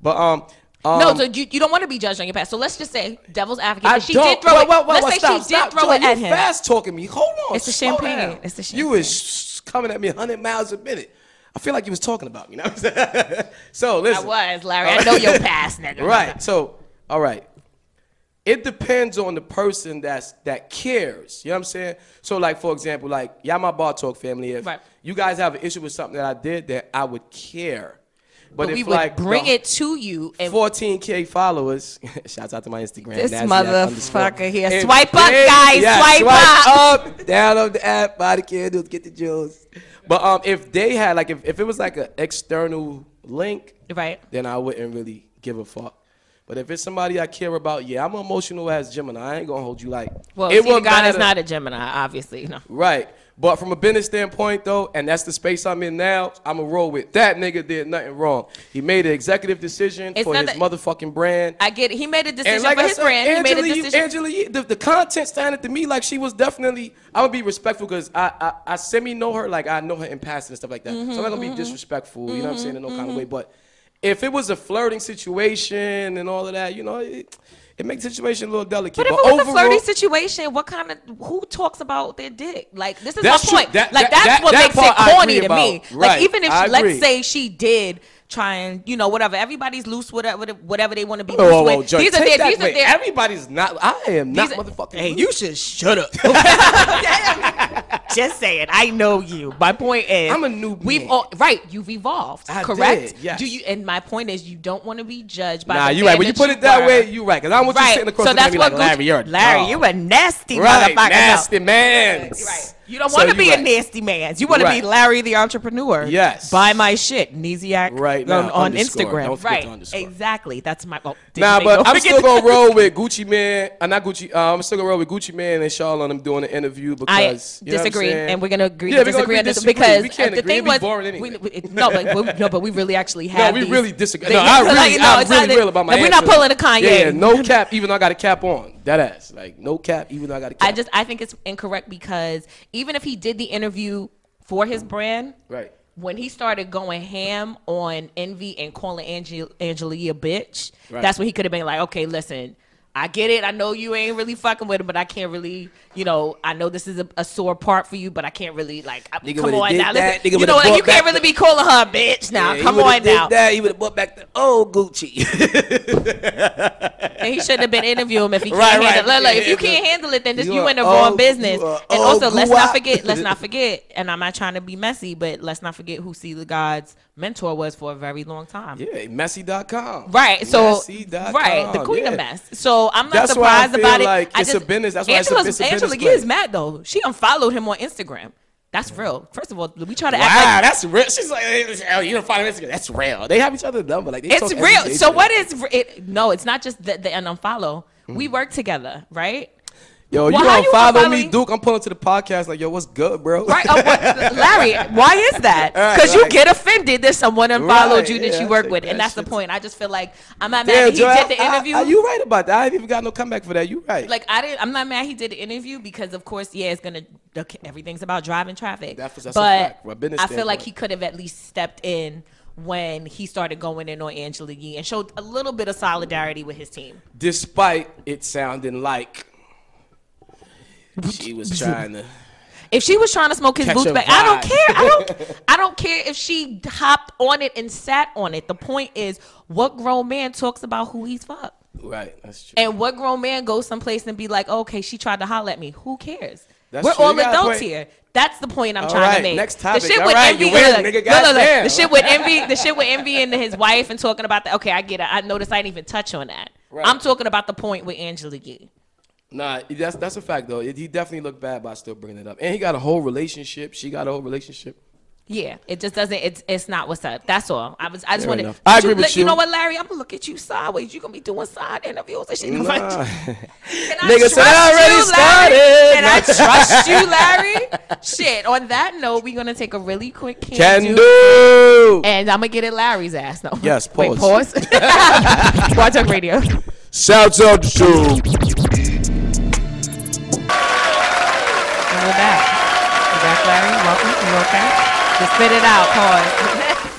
Speaker 2: but um, um,
Speaker 1: No, so you, you don't want to be judged on your past. So let's just say devil's advocate.
Speaker 2: I
Speaker 1: if she
Speaker 2: don't.
Speaker 1: did throw
Speaker 2: whoa,
Speaker 1: it.
Speaker 2: whoa, whoa,
Speaker 1: let's
Speaker 2: whoa,
Speaker 1: say
Speaker 2: stop,
Speaker 1: she
Speaker 2: stop,
Speaker 1: did throw
Speaker 2: Joy,
Speaker 1: it at
Speaker 2: you
Speaker 1: him.
Speaker 2: Fast talking me. Hold on.
Speaker 1: It's the
Speaker 2: slow
Speaker 1: champagne.
Speaker 2: down.
Speaker 1: It's the
Speaker 2: You is coming at me 100 miles a minute. I feel like you was talking about me. You know what I'm saying? so
Speaker 1: I
Speaker 2: listen.
Speaker 1: was, Larry. I know your past, nigga.
Speaker 2: Right. So, all right. It depends on the person that's that cares. You know what I'm saying? So, like for example, like y'all my bar talk family. If
Speaker 1: Right.
Speaker 2: you guys have an issue with something that I did, that I would care. But,
Speaker 1: But
Speaker 2: if
Speaker 1: we would
Speaker 2: like
Speaker 1: bring
Speaker 2: the
Speaker 1: it to you and
Speaker 2: 14k followers. Shouts out to my Instagram.
Speaker 1: This
Speaker 2: Nasty
Speaker 1: motherfucker
Speaker 2: underscore.
Speaker 1: here.
Speaker 2: If
Speaker 1: Swipe up,
Speaker 2: they-
Speaker 1: guys. Swipe
Speaker 2: up. Download the app. Buy the candles. Get the jewels. But um, if they had like if, if it was like an external link,
Speaker 1: right.
Speaker 2: then I wouldn't really give a fuck. But if it's somebody I care about, yeah, I'm an emotional as Gemini. I ain't gonna hold you like.
Speaker 1: Well,
Speaker 2: it
Speaker 1: see, God
Speaker 2: wouldn't
Speaker 1: is
Speaker 2: matter.
Speaker 1: not a Gemini, obviously. No.
Speaker 2: Right. But from a business standpoint, though, and that's the space I'm in now, I'm going to roll with that nigga did nothing wrong. He made an executive decision
Speaker 1: It's
Speaker 2: for
Speaker 1: not that-
Speaker 2: his motherfucking brand.
Speaker 1: I get it. He made a decision
Speaker 2: and like
Speaker 1: for
Speaker 2: I
Speaker 1: his
Speaker 2: said,
Speaker 1: brand. he
Speaker 2: Angela,
Speaker 1: made a
Speaker 2: Yee-
Speaker 1: decision.
Speaker 2: Angela, Yee, the, the content sounded to me like she was definitely. I'm gonna be respectful because I, I I semi know her, like I know her in passing and stuff like that. so
Speaker 1: Mm-hmm,
Speaker 2: I'm not gonna be disrespectful. You know what I'm saying in no kind of way. But if it was a flirting situation and all of that, you know, it, it makes the situation a little delicate.
Speaker 1: but if it
Speaker 2: But
Speaker 1: was a
Speaker 2: overall-
Speaker 1: flirty situation, what kind of who talks about their dick? Like this is
Speaker 2: That's
Speaker 1: my
Speaker 2: true.
Speaker 1: point.
Speaker 2: That-
Speaker 1: like
Speaker 2: that-
Speaker 1: that's
Speaker 2: that-
Speaker 1: what
Speaker 2: that
Speaker 1: makes
Speaker 2: part I
Speaker 1: it corny to
Speaker 2: agree
Speaker 1: me.
Speaker 2: about.
Speaker 1: Like
Speaker 2: Right.
Speaker 1: even if
Speaker 2: I
Speaker 1: let's
Speaker 2: agree.
Speaker 1: say she did try and you know whatever, everybody's loose with whatever whatever they want to be
Speaker 2: Whoa,
Speaker 1: loose
Speaker 2: whoa, whoa,
Speaker 1: with.
Speaker 2: Joy,
Speaker 1: these are
Speaker 2: take
Speaker 1: their
Speaker 2: that
Speaker 1: these
Speaker 2: way.
Speaker 1: are their
Speaker 2: Everybody's not. I am not
Speaker 1: These are-
Speaker 2: motherfucking.
Speaker 1: you should shut up. Just saying, I know you. My point is,
Speaker 2: I'm a new
Speaker 1: We've
Speaker 2: man.
Speaker 1: all right. You've evolved,
Speaker 2: I
Speaker 1: correct?
Speaker 2: did, yes.
Speaker 1: Do you? And my point is, you don't want to be judged by.
Speaker 2: Nah,
Speaker 1: the
Speaker 2: you right.
Speaker 1: man
Speaker 2: When you
Speaker 1: that
Speaker 2: put it that
Speaker 1: were.
Speaker 2: way, you right. Cause I don't want you
Speaker 1: right.
Speaker 2: sitting across
Speaker 1: so
Speaker 2: from
Speaker 1: that's
Speaker 2: me
Speaker 1: what
Speaker 2: like Larry,
Speaker 1: Gucci-
Speaker 2: you're a
Speaker 1: Larry,
Speaker 2: dog.
Speaker 1: you a nasty
Speaker 2: right,
Speaker 1: motherfucker.
Speaker 2: nasty man.
Speaker 1: Right. You don't want to be a nasty man. You want to
Speaker 2: Right.
Speaker 1: be Larry the entrepreneur.
Speaker 2: Yes.
Speaker 1: Buy my shit, Nesiac.
Speaker 2: Right
Speaker 1: on,
Speaker 2: now,
Speaker 1: on
Speaker 2: underscore.
Speaker 1: Instagram.
Speaker 2: Don't forget
Speaker 1: right.
Speaker 2: to underscore.
Speaker 1: Exactly. That's my. Oh, didn't
Speaker 2: Nah,
Speaker 1: make
Speaker 2: but
Speaker 1: no
Speaker 2: I'm
Speaker 1: forget
Speaker 2: still
Speaker 1: that.
Speaker 2: gonna roll with Gucci Man. I'm not Gucci. Uh, I'm still gonna roll with Gucci Man and Shaw on them doing the
Speaker 1: I
Speaker 2: interview because you know what I'm
Speaker 1: disagree,
Speaker 2: saying?
Speaker 1: and we're gonna agree
Speaker 2: Yeah,
Speaker 1: to
Speaker 2: we're gonna
Speaker 1: disagree
Speaker 2: agree
Speaker 1: on
Speaker 2: to
Speaker 1: this because
Speaker 2: disagree. we can't
Speaker 1: uh, the
Speaker 2: agree.
Speaker 1: thing
Speaker 2: It'd be
Speaker 1: was,
Speaker 2: boring anyway.
Speaker 1: we, we- no, but we, no, but we really actually have.
Speaker 2: we
Speaker 1: these-
Speaker 2: really disagree.
Speaker 1: they-
Speaker 2: no, I
Speaker 1: like,
Speaker 2: really,
Speaker 1: no,
Speaker 2: I
Speaker 1: it's
Speaker 2: really
Speaker 1: not-
Speaker 2: real about my.
Speaker 1: like, We're not
Speaker 2: answer.
Speaker 1: pulling a Kanye.
Speaker 2: Yeah, yeah, no cap. Even though I got a cap on, that ass. Like no cap. Even though I got a cap.
Speaker 1: I just I think it's incorrect because even if he did the interview for his brand,
Speaker 2: right.
Speaker 1: when he started going ham on envy and calling Angel- Angelia a bitch,
Speaker 2: Right.
Speaker 1: that's when he could have been like, okay, listen, I get it. I know you ain't really fucking with it, but I can't really, you know, I know this is a, a sore part for you, but I can't really like, I,
Speaker 2: Nigga
Speaker 1: come
Speaker 2: would've
Speaker 1: on
Speaker 2: did
Speaker 1: now,
Speaker 2: that. Nigga
Speaker 1: listen, you
Speaker 2: would've
Speaker 1: know what?
Speaker 2: bought
Speaker 1: You can't
Speaker 2: back
Speaker 1: really be calling her a bitch now.
Speaker 2: Yeah,
Speaker 1: come
Speaker 2: he would've
Speaker 1: on
Speaker 2: did
Speaker 1: now.
Speaker 2: That he would have brought back the old Gucci.
Speaker 1: And he shouldn't have been interviewing him if he can't
Speaker 2: Right, right.
Speaker 1: handle. Look, look, if you
Speaker 2: Yeah,
Speaker 1: can't
Speaker 2: look.
Speaker 1: handle it, then just
Speaker 2: You
Speaker 1: you,
Speaker 2: are
Speaker 1: in the wrong
Speaker 2: old-
Speaker 1: business.
Speaker 2: you are
Speaker 1: and also,
Speaker 2: old
Speaker 1: let's not
Speaker 2: guap.
Speaker 1: forget. Let's not forget. And I'm not trying to be messy, but let's not forget who Celia God's mentor was for a very long time.
Speaker 2: yeah, messy.com.
Speaker 1: Right. So
Speaker 2: Messy.com,
Speaker 1: right, the queen
Speaker 2: oh, yeah.
Speaker 1: of mess. So I'm not
Speaker 2: That's why I
Speaker 1: surprised
Speaker 2: feel
Speaker 1: about it.
Speaker 2: like
Speaker 1: I
Speaker 2: it's a business. That's why it's a-
Speaker 1: Angela's,
Speaker 2: it's a business
Speaker 1: Angela Yee
Speaker 2: play.
Speaker 1: is mad though. She unfollowed him on Instagram. That's real. First of all, we try to
Speaker 2: Wow,
Speaker 1: act like.
Speaker 2: that's real. She's like, "Hey, oh, you don't follow Instagram. That's real. They have each other's number. Like they
Speaker 1: It's
Speaker 2: talk every
Speaker 1: real.
Speaker 2: day
Speaker 1: So
Speaker 2: together. Mm.
Speaker 1: what is it? No, it's not just the, the and unfollow. We work together, right?
Speaker 2: Yo, you
Speaker 1: Well, how
Speaker 2: gonna
Speaker 1: you gonna
Speaker 2: follow
Speaker 1: follow
Speaker 2: me,
Speaker 1: me?
Speaker 2: Duke? I'm pulling to the podcast like, yo, what's good, bro?
Speaker 1: Right, uh, what- Larry, why is that?
Speaker 2: All right,
Speaker 1: Because you
Speaker 2: right.
Speaker 1: get offended that someone unfollowed
Speaker 2: Right,
Speaker 1: you that
Speaker 2: yeah,
Speaker 1: you work
Speaker 2: like
Speaker 1: with, and
Speaker 2: that
Speaker 1: that's the
Speaker 2: shit's-
Speaker 1: point. I just feel like I'm not
Speaker 2: Damn,
Speaker 1: mad that he
Speaker 2: Joel,
Speaker 1: did the
Speaker 2: I- I-
Speaker 1: interview.
Speaker 2: I- you right about that. I ain't even got no comeback for that. You right.
Speaker 1: like I didn't. I'm not mad he did the interview because, of course, yeah, it's gonna okay, everything's about driving traffic.
Speaker 2: That's- that's a
Speaker 1: but
Speaker 2: fact, from a business
Speaker 1: I feel like
Speaker 2: standpoint.
Speaker 1: he could have at least stepped in when he started going in on Angela Yee and showed a little bit of solidarity with his team.
Speaker 2: despite it sounding like she was trying to.
Speaker 1: If she was trying to smoke his
Speaker 2: Catch
Speaker 1: boots
Speaker 2: a
Speaker 1: back, I don't
Speaker 2: vibe.
Speaker 1: care. I don't. I don't care if she hopped on it and sat on it. The point is, what grown man talks about who he's fucked?
Speaker 2: Right, that's true.
Speaker 1: And what grown man goes someplace and be like, okay, she tried to holler at me. Who cares?
Speaker 2: That's
Speaker 1: We're
Speaker 2: true.
Speaker 1: all
Speaker 2: You got a
Speaker 1: adults
Speaker 2: point.
Speaker 1: here. That's the point I'm
Speaker 2: All
Speaker 1: trying to
Speaker 2: right,
Speaker 1: make.
Speaker 2: next topic.
Speaker 1: The shit
Speaker 2: All
Speaker 1: with
Speaker 2: right,
Speaker 1: envy.
Speaker 2: you win,
Speaker 1: look,
Speaker 2: nigga,
Speaker 1: look, look, look.
Speaker 2: goddamn.
Speaker 1: The shit with envy. The shit with envy and his wife and talking about that. Okay, I get it. I noticed I didn't even touch on that.
Speaker 2: Right.
Speaker 1: I'm talking about the point with Angela Yee.
Speaker 2: Nah, that's that's a fact though. He definitely looked bad by still bringing it up, and he got a whole relationship. She got a whole relationship.
Speaker 1: Yeah, it just doesn't. It's it's not what's up. That's all. I was. I just
Speaker 2: Fair
Speaker 1: wanted.
Speaker 2: enough. I agree
Speaker 1: you,
Speaker 2: with
Speaker 1: look, You
Speaker 2: you.
Speaker 1: know what, Larry? I'm gonna look at you sideways. You gonna be doing side interviews and shit.
Speaker 2: Nah.
Speaker 1: Can I
Speaker 2: Nigga
Speaker 1: trust
Speaker 2: said I already
Speaker 1: you, Larry?
Speaker 2: started.
Speaker 1: Can I trust you, Larry? Shit. On that note, we're gonna take a really quick can,
Speaker 2: Can do.
Speaker 1: and I'm gonna get at Larry's ass. No.
Speaker 2: Yes,
Speaker 1: Wait, pause.
Speaker 2: pause.
Speaker 1: Watch on radio.
Speaker 2: Shouts out to.
Speaker 1: And we're back. We're back, Larry. Welcome. You okay? Just spit it out. Pause.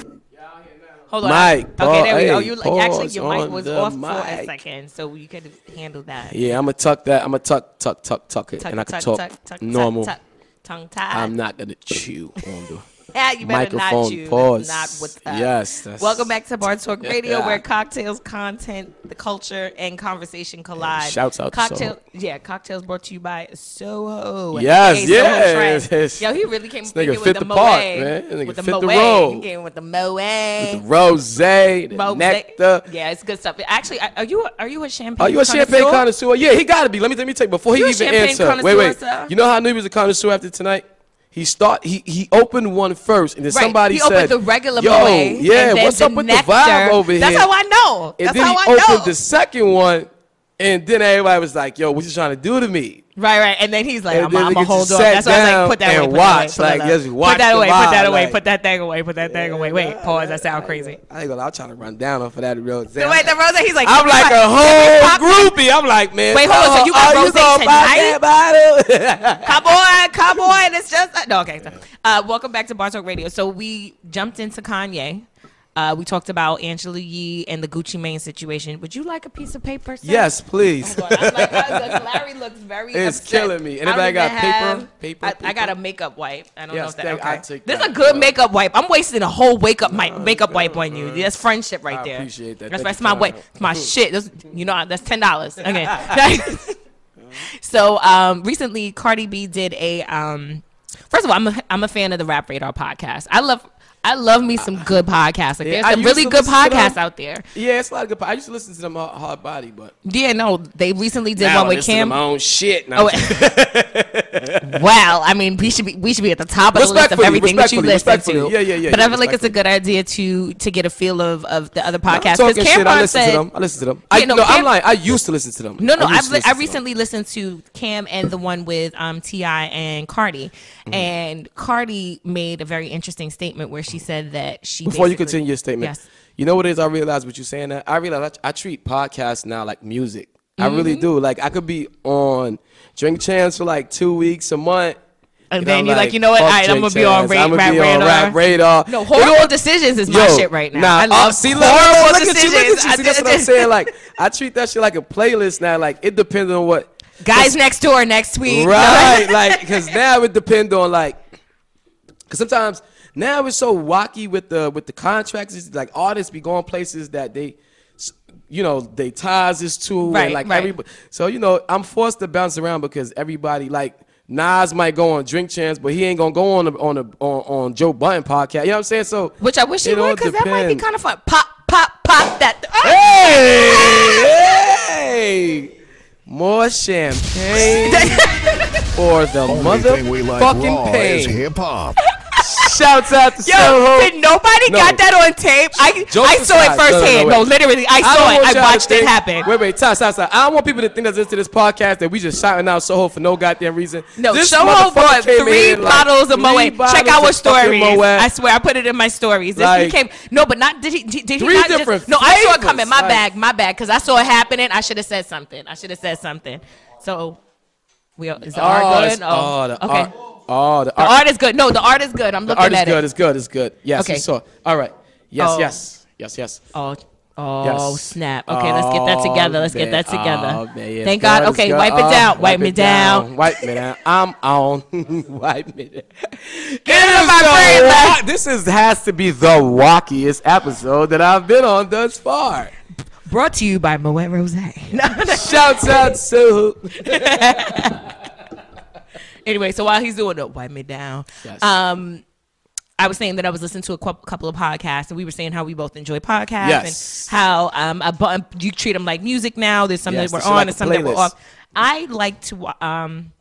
Speaker 1: Hold on.
Speaker 2: Mic,
Speaker 1: Okay, there we
Speaker 2: pause.
Speaker 1: go.
Speaker 2: Hey,
Speaker 1: You actually
Speaker 2: pause
Speaker 1: your mic
Speaker 2: on
Speaker 1: was
Speaker 2: the
Speaker 1: off for a
Speaker 2: mic.
Speaker 1: second, so you could handle that.
Speaker 2: Yeah, I'ma tuck that. I'ma tuck, tuck, tuck, tuck it,
Speaker 1: Tuck,
Speaker 2: and I can
Speaker 1: tuck,
Speaker 2: talk
Speaker 1: tuck, tuck,
Speaker 2: normal.
Speaker 1: tuck, tuck. Tongue tied.
Speaker 2: I'm not gonna chew on the.
Speaker 1: Yeah, you better not
Speaker 2: Microphone
Speaker 1: you.
Speaker 2: pause.
Speaker 1: Not what's up.
Speaker 2: Yes, that's-
Speaker 1: Welcome back to Bar Talk Radio,
Speaker 2: Yeah.
Speaker 1: where cocktails, content, the culture, and conversation collide.
Speaker 2: shouts out to
Speaker 1: Cocktail,
Speaker 2: Soho.
Speaker 1: yeah, cocktails brought to you by Soho.
Speaker 2: Yes,
Speaker 1: aka Soho
Speaker 2: yes,
Speaker 1: Trends.
Speaker 2: yes.
Speaker 1: Yo, he really came
Speaker 2: This nigga
Speaker 1: through with
Speaker 2: fit
Speaker 1: the,
Speaker 2: the
Speaker 1: Moet,
Speaker 2: part, man. This nigga
Speaker 1: With the
Speaker 2: fit the
Speaker 1: Moet.
Speaker 2: role.
Speaker 1: He came with the Moet. With
Speaker 2: Rose, the nectar.
Speaker 1: Yeah, it's good stuff. Actually, I- are you a, are you a champagne?
Speaker 2: Are you a champagne connoisseur? Yeah, he gotta be. Let me let me take before he
Speaker 1: You a
Speaker 2: even
Speaker 1: champagne
Speaker 2: answer. Wait, wait.
Speaker 1: connoisseur, sir?
Speaker 2: You know how I knew he was a connoisseur after tonight? He start he he opened one first, and then
Speaker 1: Right.
Speaker 2: somebody
Speaker 1: he
Speaker 2: said,
Speaker 1: opened the regular
Speaker 2: "Yo,
Speaker 1: Moet, and
Speaker 2: yeah,
Speaker 1: then
Speaker 2: what's
Speaker 1: the
Speaker 2: up with
Speaker 1: nectar.
Speaker 2: the vibe over
Speaker 1: That's
Speaker 2: here?"
Speaker 1: how I know.
Speaker 2: and
Speaker 1: That's
Speaker 2: then
Speaker 1: how
Speaker 2: he
Speaker 1: I know.
Speaker 2: opened the second one, and then everybody was like, "Yo, what you trying to do to me?"
Speaker 1: Right, right. And then he's like,
Speaker 2: And
Speaker 1: I'm,
Speaker 2: then
Speaker 1: I'm
Speaker 2: they
Speaker 1: gonna
Speaker 2: get to
Speaker 1: hold on.
Speaker 2: sit
Speaker 1: That's why I was like, put that
Speaker 2: down
Speaker 1: away.
Speaker 2: and
Speaker 1: put that away,
Speaker 2: watch,
Speaker 1: put that
Speaker 2: like,
Speaker 1: away.
Speaker 2: just watch
Speaker 1: Put that
Speaker 2: the
Speaker 1: away, put that
Speaker 2: vibe,
Speaker 1: away,
Speaker 2: like-
Speaker 1: put that thing away, put that thing away. Wait, pause. That sound crazy.
Speaker 2: I ain't gonna. I'm trying to run down off of that real.
Speaker 1: So wait, the rose, he's like,
Speaker 2: I'm like a
Speaker 1: pop-
Speaker 2: whole groupie. I'm like, man.
Speaker 1: Wait, hold on, so
Speaker 2: oh,
Speaker 1: you got
Speaker 2: oh,
Speaker 1: rosé
Speaker 2: gonna buy that bottle?
Speaker 1: come on, come on. It's just no. Okay, uh, welcome back to Bar Talk Radio. So we jumped into Kanye. Uh, we talked about Angela Yee and the Gucci Mane situation. Would you like a piece of paper? Sir?
Speaker 2: yes, please.
Speaker 1: Hold on. I'm like, I was- Larry looks very.
Speaker 2: It's
Speaker 1: upset.
Speaker 2: killing me.
Speaker 1: I don't
Speaker 2: Anybody got
Speaker 1: even
Speaker 2: paper?
Speaker 1: have-
Speaker 2: Paper,
Speaker 1: I, I
Speaker 2: paper?
Speaker 1: got a makeup wipe. I don't know
Speaker 2: Yes,
Speaker 1: if that.
Speaker 2: thank-
Speaker 1: Okay.
Speaker 2: I take
Speaker 1: this is
Speaker 2: that,
Speaker 1: a good
Speaker 2: bro.
Speaker 1: makeup wipe. I'm wasting a whole wake up my makeup wipe on you. That's friendship right
Speaker 2: I
Speaker 1: there.
Speaker 2: appreciate that.
Speaker 1: That's,
Speaker 2: Thank
Speaker 1: that's
Speaker 2: you,
Speaker 1: my
Speaker 2: Kyle.
Speaker 1: wipe. It's my shit. That's, you know that's ten dollars. Okay. so um, recently, Cardi B did a. Um, first of all, I'm a, I'm a fan of the Rap Radar podcast. I love. I love me some good podcasts. Like,
Speaker 2: Yeah,
Speaker 1: there's
Speaker 2: I
Speaker 1: some
Speaker 2: used
Speaker 1: really
Speaker 2: to
Speaker 1: good
Speaker 2: listen to them.
Speaker 1: podcasts out there.
Speaker 2: yeah, it's a lot of good. po- I used to listen to them uh, hard body, but
Speaker 1: Yeah, no, they recently did
Speaker 2: now I
Speaker 1: one with
Speaker 2: listen to
Speaker 1: Kim.
Speaker 2: my own shit. Now.
Speaker 1: Oh, wow, I mean, we should be we should be at the top of the list of
Speaker 2: Respectfully,
Speaker 1: everything that you
Speaker 2: respectfully,
Speaker 1: listen to.
Speaker 2: respectfully. Yeah, yeah, yeah,
Speaker 1: But
Speaker 2: yeah,
Speaker 1: I feel like it's a good idea to to get a feel of of the other podcasts.
Speaker 2: I'm
Speaker 1: Because
Speaker 2: talking shit. I
Speaker 1: Cameron
Speaker 2: listen to
Speaker 1: said,
Speaker 2: them. I listen to them. I,
Speaker 1: Yeah, no,
Speaker 2: no,
Speaker 1: Cam-
Speaker 2: I'm lying. I used to listen to them.
Speaker 1: no, no,
Speaker 2: used
Speaker 1: I've
Speaker 2: to
Speaker 1: li-
Speaker 2: listen
Speaker 1: I
Speaker 2: to them.
Speaker 1: recently listened to Cam and the one with um Ti and Cardi,
Speaker 2: Mm-hmm.
Speaker 1: and Cardi made a very interesting statement where she said that she
Speaker 2: Before you
Speaker 1: basically-
Speaker 2: continue your statement,
Speaker 1: Yes.
Speaker 2: you know what it is? I realized what you're saying. That I realize I, I treat podcasts now like music. I
Speaker 1: Mm-hmm.
Speaker 2: really do. Like I could be on Drink Chance for like two weeks, a month.
Speaker 1: And
Speaker 2: you
Speaker 1: then
Speaker 2: I'm
Speaker 1: you're like, you know what?
Speaker 2: fuck
Speaker 1: All right, I'm gonna
Speaker 2: Drink
Speaker 1: be on
Speaker 2: Chance.
Speaker 1: Ra-
Speaker 2: I'ma
Speaker 1: Rap
Speaker 2: be on
Speaker 1: Radar.
Speaker 2: Rap Radar.
Speaker 1: No,
Speaker 2: You know
Speaker 1: horrible
Speaker 2: what?
Speaker 1: decisions is my
Speaker 2: Yo,
Speaker 1: shit right now.
Speaker 2: Nah,
Speaker 1: I love
Speaker 2: uh, see, look,
Speaker 1: horrible
Speaker 2: look, look at you,
Speaker 1: decisions.
Speaker 2: look at you.
Speaker 1: I
Speaker 2: See, that's
Speaker 1: did-
Speaker 2: what I'm saying. Like, I treat that shit like a playlist now. Like, it depends on what.
Speaker 1: guys next door next week.
Speaker 2: Right, like, because now it depends on like, because sometimes now it's so wacky with the with the contracts. It's like artists be going places that they, s- you know, they ties is to and,
Speaker 1: Right,
Speaker 2: like
Speaker 1: right.
Speaker 2: everybody. So you know, I'm forced to bounce around because everybody like. Nas might go on Drink Chance, but he ain't gonna go on a, on a, on, on Joe Button podcast. You know what I'm saying? So
Speaker 1: Which I wish
Speaker 2: it
Speaker 1: you
Speaker 2: all
Speaker 1: would, because that might be
Speaker 2: depends.
Speaker 1: kind of fun. Pop, pop, pop that. Oh!
Speaker 2: Hey! Hey! More champagne for the
Speaker 4: Only thing we like
Speaker 2: motherfucking
Speaker 4: raw is
Speaker 2: pain.
Speaker 4: hip hop.
Speaker 2: Shouts out to
Speaker 1: Yo,
Speaker 2: Soho.
Speaker 1: did nobody
Speaker 2: No.
Speaker 1: got that on tape? I
Speaker 2: Joke
Speaker 1: I saw it
Speaker 2: aside, no, no, no,
Speaker 1: firsthand.
Speaker 2: wait.
Speaker 1: No, literally, I
Speaker 2: don't
Speaker 1: saw
Speaker 2: want
Speaker 1: it. I
Speaker 2: y'all to
Speaker 1: watched it
Speaker 2: think-
Speaker 1: happen.
Speaker 2: Wait, wait, stop, stop, stop. I don't want people to think that's into this podcast that we just shouting out Soho for no goddamn reason.
Speaker 1: No,
Speaker 2: this
Speaker 1: Soho
Speaker 2: motherfucker
Speaker 1: bought
Speaker 2: came in
Speaker 1: three
Speaker 2: here like,
Speaker 1: bottles of
Speaker 2: three
Speaker 1: Moet. Check
Speaker 2: bottles
Speaker 1: our
Speaker 2: of fucking
Speaker 1: stories.
Speaker 2: Moet.
Speaker 1: I swear, I put it in my stories. This
Speaker 2: Like-
Speaker 1: became no, but not did he? Did did he
Speaker 2: Three
Speaker 1: not just-
Speaker 2: different
Speaker 1: no, I saw it
Speaker 2: flavors,
Speaker 1: coming. My
Speaker 2: like-
Speaker 1: bag, my bag, because I saw it happening. I should have said something. I should have said something. So, we are- is the art
Speaker 2: it's-
Speaker 1: good? Oh,
Speaker 2: oh, the
Speaker 1: okay.
Speaker 2: art. Oh, the
Speaker 1: The
Speaker 2: art.
Speaker 1: art is good. No, the art is good. I'm
Speaker 2: The
Speaker 1: looking
Speaker 2: art is
Speaker 1: at
Speaker 2: good.
Speaker 1: it.
Speaker 2: It's good. It's good. Yes,
Speaker 1: Okay.
Speaker 2: you saw. it. All right. Yes,
Speaker 1: Oh.
Speaker 2: yes, yes, yes.
Speaker 1: Oh, oh
Speaker 2: Yes.
Speaker 1: snap. Okay, let's get that together. Let's get
Speaker 2: man.
Speaker 1: that together.
Speaker 2: Oh, man, yeah,
Speaker 1: Thank
Speaker 2: the
Speaker 1: God.
Speaker 2: art is
Speaker 1: Okay,
Speaker 2: good.
Speaker 1: wipe
Speaker 2: Oh,
Speaker 1: it down. Wipe me down.
Speaker 2: Wipe me down. I'm on. wipe me down.
Speaker 1: Get out of my
Speaker 2: It is
Speaker 1: brain,
Speaker 2: the
Speaker 1: man.
Speaker 2: wa- This is has to be the wackiest episode that I've been on thus far.
Speaker 1: Brought to you by Moet Rose.
Speaker 2: Shouts out to
Speaker 1: anyway, so while he's doing it, wipe me down.
Speaker 2: Yes.
Speaker 1: Um, I was saying that I was listening to a cou- couple of podcasts, and we were saying how we both enjoy podcasts
Speaker 2: Yes.
Speaker 1: and how um, I bu- you treat them like music now. There's some
Speaker 2: Yes,
Speaker 1: that
Speaker 2: it's
Speaker 1: we're on
Speaker 2: like
Speaker 1: and
Speaker 2: a
Speaker 1: some that we're
Speaker 2: playlist.
Speaker 1: off. I like to. wa- Um,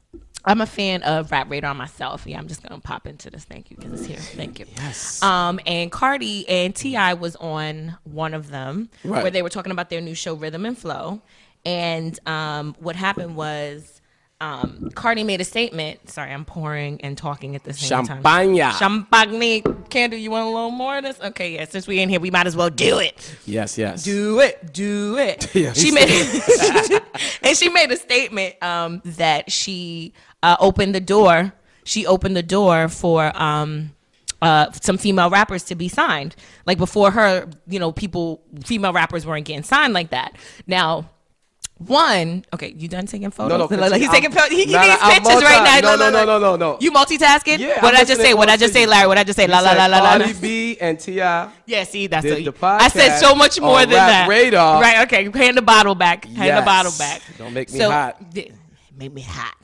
Speaker 1: I'm a fan of Rap Radar myself. Yeah, I'm just gonna pop into this. Thank you because it's here. Thank you.
Speaker 2: Yes.
Speaker 1: Um, and Cardi and Ti was on one of them
Speaker 2: Right.
Speaker 1: where they were talking about their new show Rhythm and Flow, and um, what happened was um, Cardi made a statement. Sorry, I'm pouring and talking at the same
Speaker 2: Champagne.
Speaker 1: time. Champagne. Candle, you want a little more of this? Okay, yeah. Since we in here, we might as well do it.
Speaker 2: Yes, yes.
Speaker 1: Do it. Do it.
Speaker 2: Yeah,
Speaker 1: she
Speaker 2: he
Speaker 1: made and she made a statement um, that she uh, opened the door. She opened the door for um, uh, some female rappers to be signed. Like before her, you know, people female rappers weren't getting signed like that. Now. One, okay, you done taking photos?
Speaker 2: no,
Speaker 1: Look, look, he's
Speaker 2: continue.
Speaker 1: taking photos. He, he
Speaker 2: Nah, nah,
Speaker 1: needs
Speaker 2: I'm
Speaker 1: pictures right now.
Speaker 2: multi- no,
Speaker 1: Look,
Speaker 2: no,
Speaker 1: look,
Speaker 2: no,
Speaker 1: look.
Speaker 2: no, no, no.
Speaker 1: You multitasking?
Speaker 2: Yeah,
Speaker 1: what
Speaker 2: I'm
Speaker 1: did I just
Speaker 2: listening,
Speaker 1: say? What did I just say,
Speaker 2: multi-
Speaker 1: Larry? What did I just say? La
Speaker 2: You
Speaker 1: la
Speaker 2: said "Oh,
Speaker 1: la la la.
Speaker 2: Cardi
Speaker 1: la.
Speaker 2: B and Ti.
Speaker 1: Yeah, see, that's
Speaker 2: Did
Speaker 1: what
Speaker 2: the
Speaker 1: I said.
Speaker 2: podcast
Speaker 1: So much more
Speaker 2: on
Speaker 1: than
Speaker 2: Rap
Speaker 1: that.
Speaker 2: Radar.
Speaker 1: Right? Okay, hand the bottle back. Hand the
Speaker 2: Yes.
Speaker 1: bottle back.
Speaker 2: Don't make me
Speaker 1: So-
Speaker 2: hot.
Speaker 1: Th- make me hot.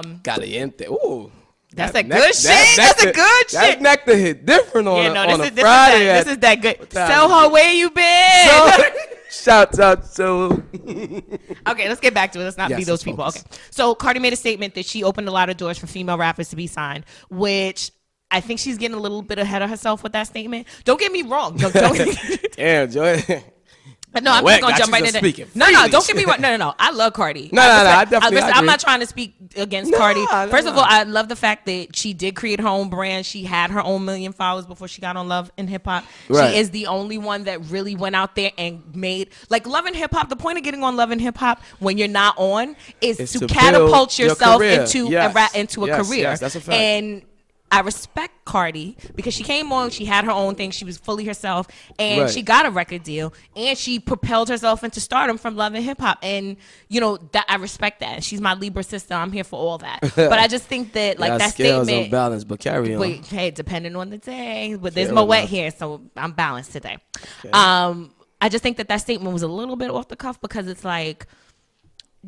Speaker 1: Um,
Speaker 2: Caliente. Ooh.
Speaker 1: That's
Speaker 2: That
Speaker 1: a
Speaker 2: neck-
Speaker 1: good shit. That's a
Speaker 2: nectar-
Speaker 1: good shit.
Speaker 2: That nectar hit different on
Speaker 1: yeah,
Speaker 2: a,
Speaker 1: no,
Speaker 2: on
Speaker 1: this
Speaker 2: a
Speaker 1: is this
Speaker 2: Friday.
Speaker 1: is that,
Speaker 2: at-
Speaker 1: this is that good.
Speaker 2: time
Speaker 1: Soho, where you been?
Speaker 2: Shouts out to
Speaker 1: okay, let's get back to it. Let's not
Speaker 2: Yes,
Speaker 1: be those
Speaker 2: let's
Speaker 1: people.
Speaker 2: focus.
Speaker 1: Okay. So Cardi made a statement that she opened a lot of doors for female rappers to be signed, which I think she's getting a little bit ahead of herself with that statement. Don't get me wrong. Don't, don't,
Speaker 2: Damn, Joy.
Speaker 1: But No, I'm just
Speaker 2: Whack,
Speaker 1: gonna
Speaker 2: got
Speaker 1: jump
Speaker 2: you
Speaker 1: right
Speaker 2: to
Speaker 1: into
Speaker 2: speaking
Speaker 1: No, no,
Speaker 2: freely.
Speaker 1: don't get me wrong. No, no, no. I love Cardi.
Speaker 2: No,
Speaker 1: I
Speaker 2: no, no,
Speaker 1: respect-
Speaker 2: I definitely
Speaker 1: listen, I'm
Speaker 2: agree.
Speaker 1: not trying to speak against
Speaker 2: No,
Speaker 1: Cardi.
Speaker 2: no,
Speaker 1: First of
Speaker 2: no.
Speaker 1: all, I love the fact that she did create her own brand. She had her own million followers before she got on Love and Hip Hop.
Speaker 2: Right.
Speaker 1: She is the only one that really went out there and made like Love and Hip Hop. The point of getting on Love and Hip Hop when you're not on is
Speaker 2: Is
Speaker 1: to,
Speaker 2: to
Speaker 1: catapult
Speaker 2: build your
Speaker 1: yourself
Speaker 2: career.
Speaker 1: into a
Speaker 2: Yes.
Speaker 1: ra- into a
Speaker 2: Yes,
Speaker 1: career.
Speaker 2: yes, that's a fact.
Speaker 1: And and I respect Cardi because she came on, she had her own thing, she was fully herself, and
Speaker 2: Right.
Speaker 1: she got a record deal, and she propelled herself into stardom from Love and Hip Hop, and you know that I respect that. She's my Libra sister, I'm here for all that. but I just think that like that statement.
Speaker 2: balance, but carry
Speaker 1: Wait, hey, depending on the day, but there's
Speaker 2: Fair
Speaker 1: Moet
Speaker 2: enough.
Speaker 1: here, so I'm balanced today. Um, I just think that that statement was a little bit off the cuff because it's like.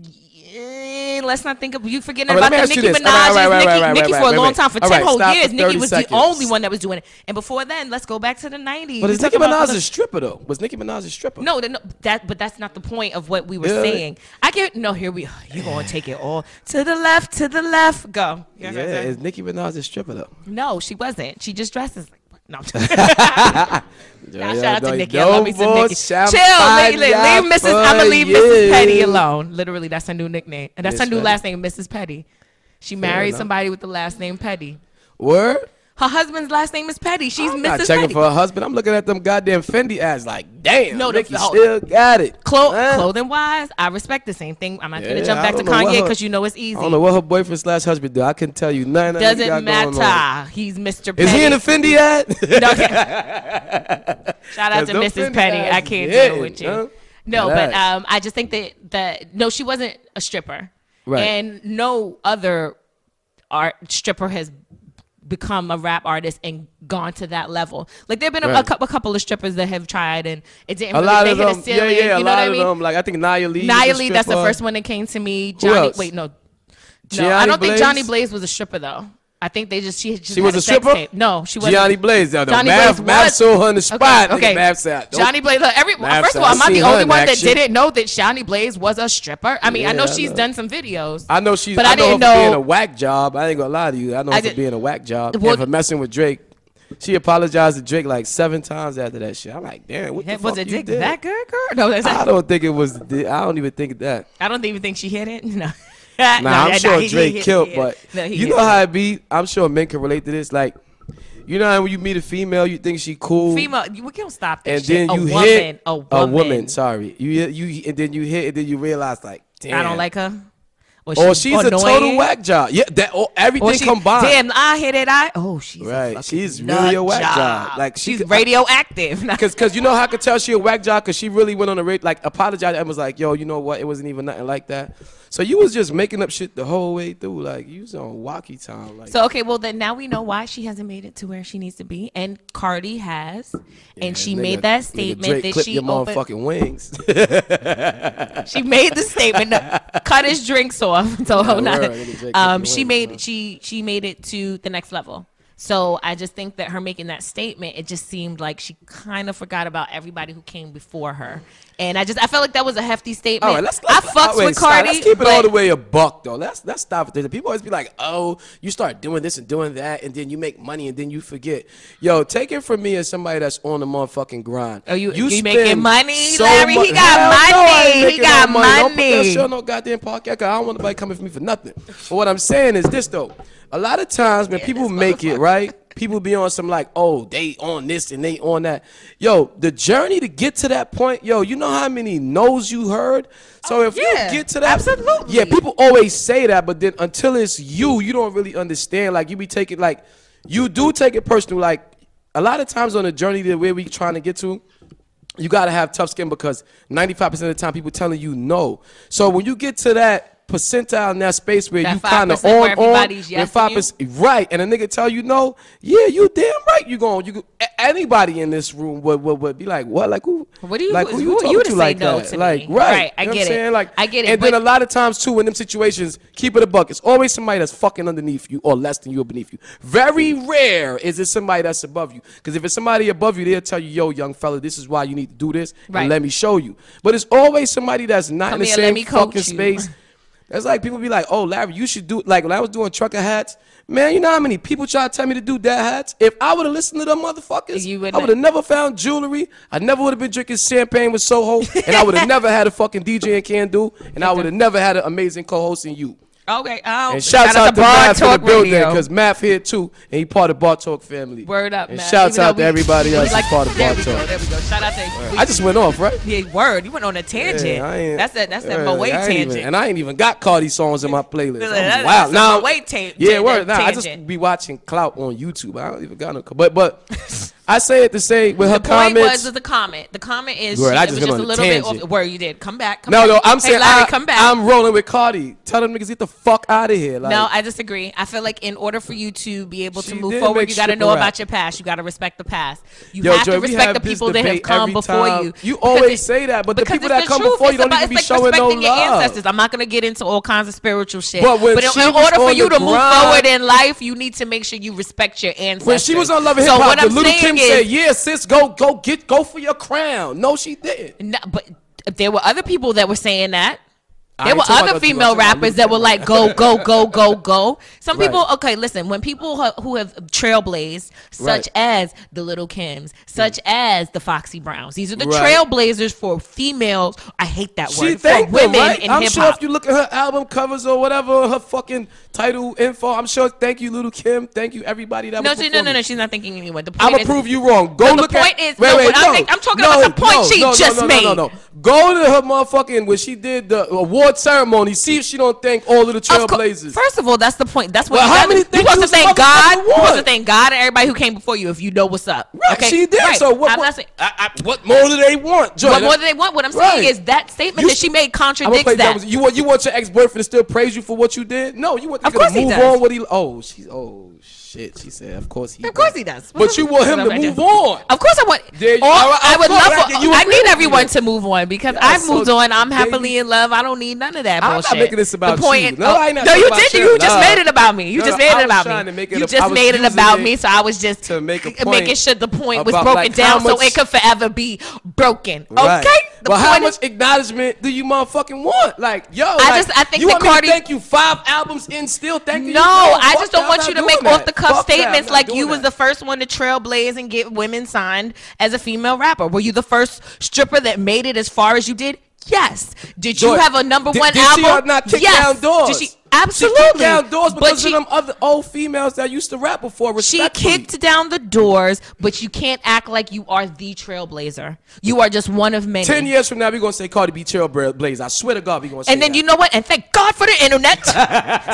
Speaker 1: yeah, let's not think of you forgetting
Speaker 2: All right,
Speaker 1: about
Speaker 2: let
Speaker 1: the
Speaker 2: me ask
Speaker 1: Nicki Minaj.
Speaker 2: you this. All right, all right, right, right, right,
Speaker 1: Nicki
Speaker 2: right,
Speaker 1: for a
Speaker 2: right,
Speaker 1: long
Speaker 2: right.
Speaker 1: time, for
Speaker 2: All
Speaker 1: ten
Speaker 2: right,
Speaker 1: whole
Speaker 2: stop for
Speaker 1: years, Nicki
Speaker 2: 30
Speaker 1: was the
Speaker 2: seconds.
Speaker 1: only one that was doing it. And before then, let's go back to the '90s.
Speaker 2: But
Speaker 1: We
Speaker 2: is Nicki
Speaker 1: talking about
Speaker 2: Minaj
Speaker 1: other-
Speaker 2: a stripper though? Was Nicki Minaj a stripper?
Speaker 1: no, th- no, that but that's not the point of what we were
Speaker 2: Yeah.
Speaker 1: saying. I get no. Here we you gonna take it all to the left, to the left, go. You
Speaker 2: Yeah,
Speaker 1: know what I'm saying?
Speaker 2: is Nicki Minaj a stripper though?
Speaker 1: No, she wasn't. She just dresses like what? no.
Speaker 2: Yeah,
Speaker 1: shout out
Speaker 2: no,
Speaker 1: to Nikki. I love me some Nikki. Chill,
Speaker 2: champagne
Speaker 1: leave, leave, leave Mrs. I'm gonna leave
Speaker 2: for
Speaker 1: Mrs. Petty
Speaker 2: you.
Speaker 1: alone. Literally, that's her new nickname, and that's her
Speaker 2: Miss
Speaker 1: new
Speaker 2: Petty.
Speaker 1: last name, Mrs. Petty. She married
Speaker 2: enough.
Speaker 1: somebody with the last name Petty.
Speaker 2: Word.
Speaker 1: Her husband's last name is Petty. She's
Speaker 2: I'm not
Speaker 1: Mrs.
Speaker 2: checking
Speaker 1: Petty.
Speaker 2: for her husband. I'm looking at them goddamn Fendi ass like, damn.
Speaker 1: No,
Speaker 2: No,
Speaker 1: the-
Speaker 2: Nicki
Speaker 1: the whole-
Speaker 2: still got it.
Speaker 1: Clo-
Speaker 2: Huh?
Speaker 1: Clothing wise, I respect the same thing. I'm not
Speaker 2: Yeah,
Speaker 1: gonna jump
Speaker 2: I
Speaker 1: back to
Speaker 2: don't know what
Speaker 1: Kanye
Speaker 2: her-
Speaker 1: because you know it's
Speaker 2: I
Speaker 1: easy.
Speaker 2: don't know what her boyfriend slash husband do. I couldn't tell you nothing. that Nicki
Speaker 1: Doesn't
Speaker 2: got going on.
Speaker 1: matter. He's Mr. Petty.
Speaker 2: Is he in a Fendi ad?
Speaker 1: No, okay. Shout out
Speaker 2: Cause
Speaker 1: to
Speaker 2: them
Speaker 1: Mrs.
Speaker 2: Fendi
Speaker 1: Petty. I
Speaker 2: guys
Speaker 1: can't
Speaker 2: is
Speaker 1: deal with you.
Speaker 2: hitting, huh?
Speaker 1: No, but
Speaker 2: Relax.
Speaker 1: um, I just think that that no, she wasn't a stripper,
Speaker 2: Right.
Speaker 1: And no other art stripper has become a rap artist and gone to that level. Like there've been a, a,
Speaker 2: Right.
Speaker 1: cou- a couple of strippers that have tried and it didn't
Speaker 2: a
Speaker 1: really
Speaker 2: lot
Speaker 1: they
Speaker 2: of
Speaker 1: hit
Speaker 2: them.
Speaker 1: a
Speaker 2: Yeah,
Speaker 1: ceiling.
Speaker 2: yeah. A
Speaker 1: you know
Speaker 2: lot
Speaker 1: what I
Speaker 2: of
Speaker 1: mean?
Speaker 2: them. Like I think Nia Lee. is a
Speaker 1: Nia Lee, that's the
Speaker 2: stripper.
Speaker 1: first one that came to me. Johnny,
Speaker 2: else?
Speaker 1: wait, no, no,
Speaker 2: Gianni
Speaker 1: I don't think
Speaker 2: Blaze?
Speaker 1: Johnny Blaze was a stripper though. I think they just she just
Speaker 2: She
Speaker 1: had
Speaker 2: was a
Speaker 1: sex
Speaker 2: stripper?
Speaker 1: tape. No, she wasn't.
Speaker 2: Gianni Blaze. Now, the
Speaker 1: Johnny
Speaker 2: Mav,
Speaker 1: Blaze
Speaker 2: Mav
Speaker 1: was-
Speaker 2: saw her in the spot.
Speaker 1: Okay.
Speaker 2: Okay. Mav said, "Don't
Speaker 1: Johnny Blaze. Look, every,
Speaker 2: Mav
Speaker 1: first of
Speaker 2: said,
Speaker 1: all,
Speaker 2: "I
Speaker 1: am I the
Speaker 2: seen her
Speaker 1: only
Speaker 2: in
Speaker 1: one that
Speaker 2: action."
Speaker 1: didn't know that Johnny Blaze was a stripper? I mean, I
Speaker 2: Yeah,
Speaker 1: know
Speaker 2: I
Speaker 1: she's
Speaker 2: know.
Speaker 1: done some videos.
Speaker 2: I know she.
Speaker 1: But
Speaker 2: I,
Speaker 1: I
Speaker 2: know
Speaker 1: didn't
Speaker 2: her for
Speaker 1: know-
Speaker 2: being a whack job. I ain't gonna lie to you. I know
Speaker 1: I
Speaker 2: her for
Speaker 1: did-
Speaker 2: being a whack job
Speaker 1: Well-
Speaker 2: and for messing with Drake. She apologized to Drake like seven times after that shit. I'm like, damn, what the
Speaker 1: That-
Speaker 2: fuck
Speaker 1: was it
Speaker 2: you
Speaker 1: dick
Speaker 2: did?
Speaker 1: that good, girl? No, that's
Speaker 2: I don't think it was. the- I don't even think that.
Speaker 1: I don't even think she hit it. No.
Speaker 2: Nah, I'm sure Drake killed, but you know how it be. I'm sure men can relate to this. Like, you know how when you meet a female, you think she cool,
Speaker 1: female. We can't stop this
Speaker 2: and
Speaker 1: shit.
Speaker 2: then you
Speaker 1: a woman,
Speaker 2: hit
Speaker 1: a woman.
Speaker 2: Sorry, you you, and then you hit, and then you realize like, damn,
Speaker 1: I don't like her. Or,
Speaker 2: Or
Speaker 1: she's
Speaker 2: Oh, she's a total
Speaker 1: annoying,
Speaker 2: whack job. Yeah, that or everything
Speaker 1: Or she,
Speaker 2: combined.
Speaker 1: damn, I hit it. I oh, she's a
Speaker 2: Right,
Speaker 1: fucking
Speaker 2: she's
Speaker 1: nut
Speaker 2: really a whack job. Like, she
Speaker 1: she's
Speaker 2: could- uh,
Speaker 1: radioactive.
Speaker 2: Cause, cause you know how I could tell she a whack job, cause she really went on the rape, like apologized and was like, "Yo, you know what? It wasn't even nothing like that." So you was just making up shit the whole way through, like you was on wacky time, like
Speaker 1: So okay, well then now we know why she hasn't made it to where she needs to be, and Cardi has, and she
Speaker 2: nigga-
Speaker 1: made that
Speaker 2: nigga
Speaker 1: statement
Speaker 2: Drake
Speaker 1: that
Speaker 2: clip
Speaker 1: she
Speaker 2: your
Speaker 1: opened,
Speaker 2: motherfucking wings.
Speaker 1: she made the statement that cut his drinks off. So
Speaker 2: word,
Speaker 1: not,
Speaker 2: nigga Drake
Speaker 1: um,
Speaker 2: clip your
Speaker 1: she
Speaker 2: wings,
Speaker 1: made
Speaker 2: man.
Speaker 1: she she made it to the next level. So I just think that her making that statement, it just seemed like she kind of forgot about everybody who came before her, and I just I felt like that was a hefty statement.
Speaker 2: All right, let's.
Speaker 1: I
Speaker 2: let's-
Speaker 1: fucks
Speaker 2: wait,
Speaker 1: with
Speaker 2: stop.
Speaker 1: Cardi.
Speaker 2: Let's keep it
Speaker 1: but
Speaker 2: all the way a buck though. Let's let's stop it. there. People always be like, "Oh, you start doing this and doing that, and then you make money, and then you forget." Yo, take it from me as somebody that's on the motherfucking grind.
Speaker 1: Oh, you- you
Speaker 2: spend
Speaker 1: making money,
Speaker 2: so
Speaker 1: Larry? He
Speaker 2: much-
Speaker 1: got
Speaker 2: Hell no, I ain't
Speaker 1: money. He
Speaker 2: making
Speaker 1: got
Speaker 2: no Don't put that
Speaker 1: money.
Speaker 2: shit on no goddamn podcast. 'cause I don't want nobody coming for me for nothing. But what I'm saying is this though: a lot of times when people make it right. People be on some like, oh, they on this and they on that. Yo, the journey to get to that point, yo, you know how many no's you heard? So if
Speaker 1: Oh, yeah,
Speaker 2: you get to that,
Speaker 1: absolutely.
Speaker 2: yeah, people always say that, but then until it's you, you don't really understand. Like you be taking like, you do take it personal. Like a lot of times on the journey that where we trying to get to, you gotta have tough skin because 95% of the time people telling you no. So when you get to that percentile in that space where
Speaker 1: That
Speaker 2: you kind of
Speaker 1: 5% where
Speaker 2: on on
Speaker 1: everybody's
Speaker 2: and
Speaker 1: yesing you?
Speaker 2: 5% right and a nigga tell you no yeah you damn right you going you go- a- anybody in this room would, would, would be like what like who
Speaker 1: What do you-
Speaker 2: like
Speaker 1: who- who are you to say no to me?
Speaker 2: like right,
Speaker 1: Right, I
Speaker 2: You know
Speaker 1: get
Speaker 2: what I'm
Speaker 1: it.
Speaker 2: saying? like
Speaker 1: I get it,
Speaker 2: and then
Speaker 1: but-
Speaker 2: a lot of times too in them situations keep it a buck it's always somebody that's fucking underneath you or less than you or beneath you very rare is it somebody that's above you because if it's somebody above you they'll tell you yo young fella this is why you need to do this
Speaker 1: Right.
Speaker 2: and let me show you but it's always somebody that's not
Speaker 1: Come
Speaker 2: in the
Speaker 1: here, let
Speaker 2: same
Speaker 1: me coach
Speaker 2: fucking
Speaker 1: you.
Speaker 2: space that's like people be like, "Oh, Larry, you should do like when I was doing trucker hats, man. You know how many people try to tell me to do dad hats? If I would have listened to them motherfuckers,
Speaker 1: You
Speaker 2: I
Speaker 1: wouldn't-
Speaker 2: would have never found jewelry. I never would have been drinking champagne with Soho, and I would have never had a fucking DJ and Can Do, and I would have never had an amazing co-host in you.
Speaker 1: okay, oh,
Speaker 2: And shout, out to
Speaker 1: Broad
Speaker 2: Math for the
Speaker 1: Talk
Speaker 2: building
Speaker 1: Radio.
Speaker 2: because Math here too, and he part of Bar Talk family.
Speaker 1: Word up,
Speaker 2: And
Speaker 1: man.
Speaker 2: shouts
Speaker 1: Even
Speaker 2: out
Speaker 1: though
Speaker 2: to
Speaker 1: we-
Speaker 2: everybody
Speaker 1: we
Speaker 2: else who's part of
Speaker 1: there
Speaker 2: Bar
Speaker 1: we go,
Speaker 2: Talk.
Speaker 1: there we go. Shout out to
Speaker 2: I just went off, right?
Speaker 1: yeah, word. You went on a tangent.
Speaker 2: Yeah, I ain't-
Speaker 1: that's that. That's that
Speaker 2: yeah,
Speaker 1: Moe
Speaker 2: I ain't
Speaker 1: tangent.
Speaker 2: even- and I ain't even got Cardi songs in my playlist.
Speaker 1: That's-
Speaker 2: I'm
Speaker 1: that's
Speaker 2: wow,
Speaker 1: a
Speaker 2: now
Speaker 1: Moe tan-
Speaker 2: yeah,
Speaker 1: tan-
Speaker 2: word. Nah, I
Speaker 1: tangent.
Speaker 2: just be watching Clout on YouTube. I don't even got no. But but I say it to say with her
Speaker 1: the point
Speaker 2: comments.
Speaker 1: was the comment. The comment is
Speaker 2: Word,
Speaker 1: she,
Speaker 2: I
Speaker 1: it
Speaker 2: just
Speaker 1: was just
Speaker 2: went
Speaker 1: a
Speaker 2: on a
Speaker 1: little bit
Speaker 2: tangent.
Speaker 1: off. Where you did come back. Come
Speaker 2: no,
Speaker 1: back.
Speaker 2: no, I'm
Speaker 1: Hey,
Speaker 2: saying
Speaker 1: Larry,
Speaker 2: I,
Speaker 1: come back.
Speaker 2: I'm rolling with Cardi. Tell them niggas get the fuck out of here. Like,
Speaker 1: no, I disagree. I feel like in order for you to be able to
Speaker 2: She
Speaker 1: move
Speaker 2: did
Speaker 1: forward,
Speaker 2: make
Speaker 1: you got to
Speaker 2: shit
Speaker 1: know
Speaker 2: rap.
Speaker 1: about your past. You got to respect the past. You
Speaker 2: Yo,
Speaker 1: have
Speaker 2: Joy,
Speaker 1: to
Speaker 2: we
Speaker 1: respect
Speaker 2: have
Speaker 1: the
Speaker 2: this
Speaker 1: people that have
Speaker 2: debate
Speaker 1: come
Speaker 2: every
Speaker 1: before
Speaker 2: time.
Speaker 1: you.
Speaker 2: You
Speaker 1: Because
Speaker 2: always
Speaker 1: it-
Speaker 2: say that, but the
Speaker 1: because
Speaker 2: people
Speaker 1: it's
Speaker 2: that come
Speaker 1: truth.
Speaker 2: before you
Speaker 1: It's
Speaker 2: don't
Speaker 1: about-
Speaker 2: even be
Speaker 1: it's
Speaker 2: showing no
Speaker 1: respecting your
Speaker 2: love.
Speaker 1: ancestors. I'm not going to get into all kinds of spiritual shit.
Speaker 2: But when
Speaker 1: in,
Speaker 2: she
Speaker 1: in
Speaker 2: was
Speaker 1: order for
Speaker 2: on
Speaker 1: you
Speaker 2: the
Speaker 1: to move
Speaker 2: grind-
Speaker 1: forward in life, you need to make sure you respect your ancestors.
Speaker 2: When she was on Love and
Speaker 1: So
Speaker 2: Hip Hop,
Speaker 1: what
Speaker 2: the
Speaker 1: I'm
Speaker 2: little
Speaker 1: saying
Speaker 2: Kim
Speaker 1: is-
Speaker 2: said, "Yeah, sis, go, go, get, go for your crown." No, she didn't.
Speaker 1: No, but there were other people that were saying that. There
Speaker 2: ain't
Speaker 1: were
Speaker 2: talking about
Speaker 1: other
Speaker 2: other people.
Speaker 1: female
Speaker 2: I'm talking about
Speaker 1: rappers
Speaker 2: Lil
Speaker 1: that were
Speaker 2: Kim.
Speaker 1: like, go, go, go, go, go. Some
Speaker 2: Right.
Speaker 1: people, okay, listen, when people who- who have trailblazed, such
Speaker 2: Right. Mm.
Speaker 1: as the Little Kims, such as the Foxy Browns, these are the
Speaker 2: Right.
Speaker 1: trailblazers for females. I hate that
Speaker 2: She
Speaker 1: word. For
Speaker 2: thanked them,
Speaker 1: women
Speaker 2: right?
Speaker 1: in
Speaker 2: I'm
Speaker 1: hip
Speaker 2: sure
Speaker 1: hop.
Speaker 2: if you look at her album covers or whatever, her fucking title info, I'm sure. Thank you, Little Kim. Thank you, everybody that
Speaker 1: no,
Speaker 2: was
Speaker 1: she, no, no, no,
Speaker 2: performing.
Speaker 1: she's not thinking anyone. The point
Speaker 2: I'ma
Speaker 1: is,
Speaker 2: prove you wrong. Go
Speaker 1: No, the
Speaker 2: look at.
Speaker 1: point is- no, but I think- I'm talking about the point she just
Speaker 2: no,
Speaker 1: made.
Speaker 2: No, no, no. Go to her motherfucking when she did the award ceremony. See if she don't thank all of the
Speaker 1: Of cour-
Speaker 2: Trailblazers.
Speaker 1: First of all, that's the point. That's what
Speaker 2: Well,
Speaker 1: you,
Speaker 2: how
Speaker 1: gotta-
Speaker 2: many
Speaker 1: you
Speaker 2: things
Speaker 1: supposed to
Speaker 2: you
Speaker 1: thank
Speaker 2: supposed to
Speaker 1: God.
Speaker 2: fucking
Speaker 1: You supposed to
Speaker 2: want?
Speaker 1: thank God and everybody who came before you if you know what's up.
Speaker 2: Right,
Speaker 1: okay?
Speaker 2: she did.
Speaker 1: Right.
Speaker 2: So what?
Speaker 1: I'm not
Speaker 2: What,
Speaker 1: saying-
Speaker 2: I, I, what more do they want? Joy?
Speaker 1: But more than they want, what I'm saying
Speaker 2: Right.
Speaker 1: is that statement
Speaker 2: You
Speaker 1: that she
Speaker 2: sh-
Speaker 1: made
Speaker 2: I'm gonna
Speaker 1: contradicts
Speaker 2: play
Speaker 1: that.
Speaker 2: devil's- You want you want your ex boyfriend to still praise you for what you did? No, you want
Speaker 1: Of
Speaker 2: to
Speaker 1: course he
Speaker 2: move
Speaker 1: does.
Speaker 2: on. What he? Oh, she's oh shit. She said, of course he.
Speaker 1: Of course he does.
Speaker 2: But you want him to move on.
Speaker 1: Of course I want.
Speaker 2: There you-
Speaker 1: All-
Speaker 2: all right,
Speaker 1: I
Speaker 2: of
Speaker 1: would
Speaker 2: course,
Speaker 1: love.
Speaker 2: I
Speaker 1: For,
Speaker 2: can- you
Speaker 1: I
Speaker 2: agree
Speaker 1: need
Speaker 2: with
Speaker 1: everyone
Speaker 2: me.
Speaker 1: to move on because
Speaker 2: Yeah,
Speaker 1: I've
Speaker 2: so
Speaker 1: moved on. I'm
Speaker 2: baby-
Speaker 1: happily in love. I don't need none of that
Speaker 2: I'm not
Speaker 1: bullshit.
Speaker 2: making this about
Speaker 1: the point, oh,
Speaker 2: you. No, I ain't not
Speaker 1: no,
Speaker 2: talking
Speaker 1: you
Speaker 2: about
Speaker 1: did.
Speaker 2: your
Speaker 1: You just
Speaker 2: love.
Speaker 1: made it about me. You
Speaker 2: No,
Speaker 1: just
Speaker 2: no,
Speaker 1: made
Speaker 2: I
Speaker 1: it
Speaker 2: was
Speaker 1: about
Speaker 2: trying
Speaker 1: me.
Speaker 2: to make it
Speaker 1: you
Speaker 2: up- I
Speaker 1: just
Speaker 2: was
Speaker 1: made it
Speaker 2: using
Speaker 1: about
Speaker 2: it
Speaker 1: me, so I was just
Speaker 2: to make a
Speaker 1: c- making
Speaker 2: point
Speaker 1: sure the point was
Speaker 2: about,
Speaker 1: broken
Speaker 2: like, how
Speaker 1: down so
Speaker 2: much-
Speaker 1: it could forever be broken.
Speaker 2: Right.
Speaker 1: Okay. The
Speaker 2: But how
Speaker 1: point
Speaker 2: much
Speaker 1: is-
Speaker 2: acknowledgement do you motherfucking want? Like, yo, I
Speaker 1: just- I think
Speaker 2: you
Speaker 1: that
Speaker 2: want me to
Speaker 1: Cardi-
Speaker 2: thank you five albums in still thank you.
Speaker 1: No, I just don't want you to make off the cuff
Speaker 2: Fuck that, I'm
Speaker 1: statements
Speaker 2: not
Speaker 1: like
Speaker 2: doing
Speaker 1: you was
Speaker 2: that.
Speaker 1: the first one to trailblaze and get women signed as a female rapper. Were you the first stripper that made it as far as you did? Yes. Did you
Speaker 2: Joy,
Speaker 1: have a number
Speaker 2: did-
Speaker 1: one
Speaker 2: did
Speaker 1: album?
Speaker 2: She uh, not kick
Speaker 1: yes.
Speaker 2: down doors.
Speaker 1: Did she?
Speaker 2: She
Speaker 1: Absolutely.
Speaker 2: kicked down doors
Speaker 1: But
Speaker 2: because
Speaker 1: she-
Speaker 2: of them other old females that used to rap before.
Speaker 1: she
Speaker 2: Respectfully.
Speaker 1: kicked down the doors, but you can't act like you are the trailblazer. You are just one of many.
Speaker 2: Ten years from now, we're gonna say Cardi B trailblaze. I swear to God, we're gonna say
Speaker 1: And then
Speaker 2: that.
Speaker 1: you know what? And thank God for the internet,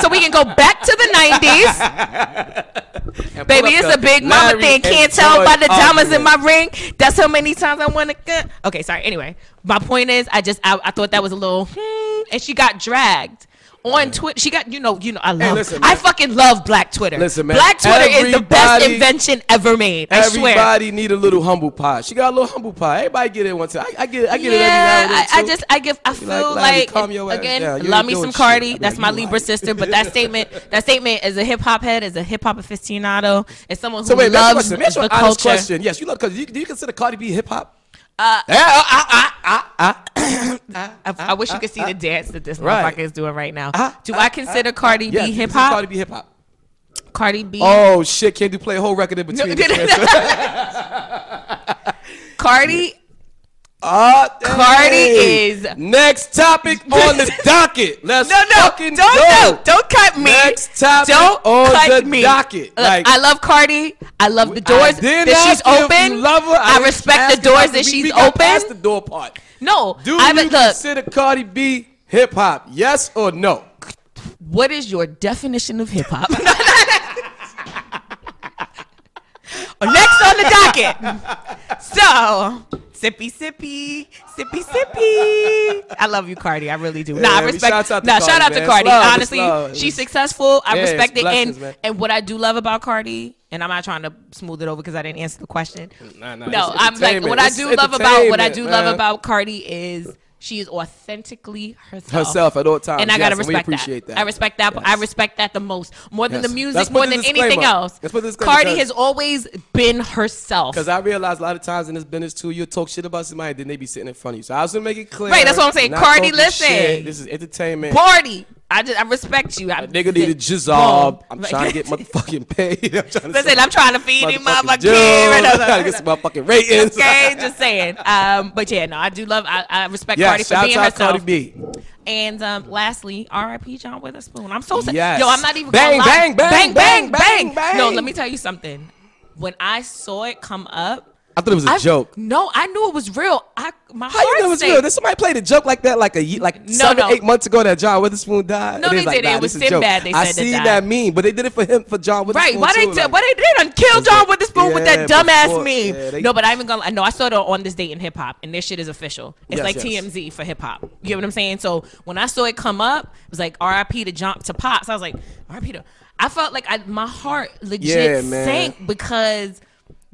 Speaker 1: so we can go back to the '90s,
Speaker 2: And pull
Speaker 1: baby.
Speaker 2: up
Speaker 1: It's
Speaker 2: the
Speaker 1: a big mama
Speaker 2: Larry
Speaker 1: thing.
Speaker 2: and
Speaker 1: Can't tell
Speaker 2: Joy
Speaker 1: by the diamonds in my
Speaker 2: argument.
Speaker 1: ring. That's how many times I want to. Okay, sorry. Anyway, my point is, I just I, I thought that was a little, hmm, and she got dragged. On Twitter, she got you know you know I love
Speaker 2: listen, man.
Speaker 1: I fucking love Black Twitter.
Speaker 2: Listen, man,
Speaker 1: Black Twitter is the best
Speaker 2: everybody-
Speaker 1: invention ever made. I swear.
Speaker 2: Everybody need a little humble pie. She got a little humble pie. Everybody get it one time. I, I get it. I get it every now and then,
Speaker 1: I, I
Speaker 2: too.
Speaker 1: just I give I feel
Speaker 2: like, Larry,
Speaker 1: like,
Speaker 2: calm your ass
Speaker 1: again
Speaker 2: down. You
Speaker 1: love
Speaker 2: ain't
Speaker 1: me
Speaker 2: doing
Speaker 1: some
Speaker 2: shit.
Speaker 1: Cardi.
Speaker 2: Like,
Speaker 1: That's my
Speaker 2: you
Speaker 1: Libra
Speaker 2: like-
Speaker 1: sister, but that statement that statement is a hip hop head, is a hip hop aficionado, is someone who
Speaker 2: So wait,
Speaker 1: loves
Speaker 2: that's question. That's
Speaker 1: the
Speaker 2: your honest
Speaker 1: culture.
Speaker 2: question. Yes, you love because you, do you consider Cardi B hip hop?
Speaker 1: Uh, I, I wish you could see the dance that this
Speaker 2: Uh, Right.
Speaker 1: motherfucker is doing right now.
Speaker 2: Ah,
Speaker 1: Do I consider Cardi
Speaker 2: Yes,
Speaker 1: B
Speaker 2: you
Speaker 1: hip
Speaker 2: consider
Speaker 1: hop?
Speaker 2: Cardi B hip hop.
Speaker 1: Cardi B.
Speaker 2: Oh shit! Can you play a whole record in
Speaker 1: No,
Speaker 2: between?
Speaker 1: no, no,
Speaker 2: this?
Speaker 1: no. Cardi.
Speaker 2: Ah,
Speaker 1: Cardi
Speaker 2: hey.
Speaker 1: is-
Speaker 2: next topic on the docket. Let's
Speaker 1: No, no,
Speaker 2: fucking
Speaker 1: don't,
Speaker 2: go.
Speaker 1: no, don't cut me.
Speaker 2: Next topic
Speaker 1: don't
Speaker 2: on
Speaker 1: cut
Speaker 2: the
Speaker 1: me.
Speaker 2: docket.
Speaker 1: Look,
Speaker 2: Like-
Speaker 1: I love Cardi. I love the doors
Speaker 2: I did
Speaker 1: that she's
Speaker 2: ask you if
Speaker 1: open.
Speaker 2: you Love her.
Speaker 1: I,
Speaker 2: didn't
Speaker 1: respect
Speaker 2: ask
Speaker 1: the
Speaker 2: you
Speaker 1: doors
Speaker 2: if
Speaker 1: that
Speaker 2: we-
Speaker 1: she's
Speaker 2: we got Past the
Speaker 1: open.
Speaker 2: door part.
Speaker 1: No,
Speaker 2: Do
Speaker 1: I
Speaker 2: you
Speaker 1: haven't. Look,
Speaker 2: consider Cardi B hip hop? Yes or no?
Speaker 1: what is your definition of hip hop? Next on the docket. So, sippy, sippy, sippy, sippy. I love you, Cardi. I really do. nah, I
Speaker 2: Yeah, we
Speaker 1: respect.
Speaker 2: shouts out to
Speaker 1: nah,
Speaker 2: Cardi,
Speaker 1: shout out to
Speaker 2: man.
Speaker 1: Cardi.
Speaker 2: It's love, it's
Speaker 1: Honestly,
Speaker 2: love.
Speaker 1: she's successful. I
Speaker 2: Yeah, it's
Speaker 1: respect it.
Speaker 2: blessings,
Speaker 1: And
Speaker 2: man.
Speaker 1: and what I do love about Cardi, and I'm not trying to smooth it over because I didn't answer the question.
Speaker 2: Nah,
Speaker 1: no,
Speaker 2: nah, it's
Speaker 1: I'm like
Speaker 2: entertainment.
Speaker 1: what I
Speaker 2: It's
Speaker 1: do love about what I
Speaker 2: entertainment,
Speaker 1: do love
Speaker 2: man.
Speaker 1: about Cardi is she is authentically herself.
Speaker 2: Herself at all times.
Speaker 1: And I
Speaker 2: Yes,
Speaker 1: gotta
Speaker 2: and we
Speaker 1: respect
Speaker 2: appreciate that.
Speaker 1: I respect that. I
Speaker 2: Yes.
Speaker 1: respect that the most, more than
Speaker 2: Yes.
Speaker 1: the
Speaker 2: Let's
Speaker 1: music,
Speaker 2: put
Speaker 1: more
Speaker 2: the
Speaker 1: than
Speaker 2: disclaimer.
Speaker 1: anything else.
Speaker 2: Let's put the disclaimer,
Speaker 1: Cardi
Speaker 2: because-
Speaker 1: has always been herself.
Speaker 2: Because I realize a lot of times in this business too, you'll talk shit about somebody, then they be sitting in front of you. So I was gonna make it clear.
Speaker 1: Right, that's what I'm saying.
Speaker 2: not
Speaker 1: Cardi,
Speaker 2: talking
Speaker 1: listen.
Speaker 2: shit. This is entertainment.
Speaker 1: Cardi, I just I respect you. I,
Speaker 2: Nigga need a jizzab. I'm trying to get my fucking paid. I'm trying to
Speaker 1: Listen,
Speaker 2: sell
Speaker 1: I'm trying to feed him
Speaker 2: motherfucking
Speaker 1: motherfucking
Speaker 2: jewels.
Speaker 1: kid.
Speaker 2: I'm trying to get some motherfucking ratings.
Speaker 1: Okay, just saying. Um, but yeah, no, I do love. I, I respect
Speaker 2: Yeah,
Speaker 1: Cardi for
Speaker 2: shout
Speaker 1: being
Speaker 2: out
Speaker 1: herself.
Speaker 2: Cardi B.
Speaker 1: And um, lastly, R.I.P. John Witherspoon. I'm so sad.
Speaker 2: Yes.
Speaker 1: Yo, I'm not even
Speaker 2: Bang,
Speaker 1: gonna lie.
Speaker 2: bang,
Speaker 1: bang,
Speaker 2: bang, bang,
Speaker 1: bang,
Speaker 2: bang,
Speaker 1: bang. No,
Speaker 2: bang.
Speaker 1: let me tell you something. When I saw it come up,
Speaker 2: I thought it was a
Speaker 1: I-
Speaker 2: joke.
Speaker 1: No, I knew it was real. I my
Speaker 2: How
Speaker 1: heart
Speaker 2: you know it's
Speaker 1: sank.
Speaker 2: real? Did somebody played a joke like that like a ye- like seven,
Speaker 1: no.
Speaker 2: eight months ago that John Witherspoon died?
Speaker 1: No,
Speaker 2: And
Speaker 1: they
Speaker 2: was like,
Speaker 1: didn't. It
Speaker 2: nah,
Speaker 1: was
Speaker 2: this is a joke.
Speaker 1: Sinbad they
Speaker 2: I
Speaker 1: said that
Speaker 2: seen
Speaker 1: died.
Speaker 2: that meme, but they did it for him for John
Speaker 1: Right?
Speaker 2: Witherspoon.
Speaker 1: Why they
Speaker 2: too,
Speaker 1: t-
Speaker 2: like-
Speaker 1: why they they done kill
Speaker 2: It's
Speaker 1: John
Speaker 2: like-
Speaker 1: Witherspoon with
Speaker 2: yeah,
Speaker 1: that dumbass
Speaker 2: before-
Speaker 1: meme?
Speaker 2: yeah, they-
Speaker 1: no, but I even gonna. No, I saw it on this day in hip hop, and their shit is official. It's
Speaker 2: Yes,
Speaker 1: like
Speaker 2: yes.
Speaker 1: TMZ for hip hop. You get what I'm saying? So when I saw it come up, it was like R.I.P. to John to Pops. I was like R.I.P. to. I felt like I, my heart
Speaker 2: Yeah,
Speaker 1: legit
Speaker 2: man.
Speaker 1: sank because.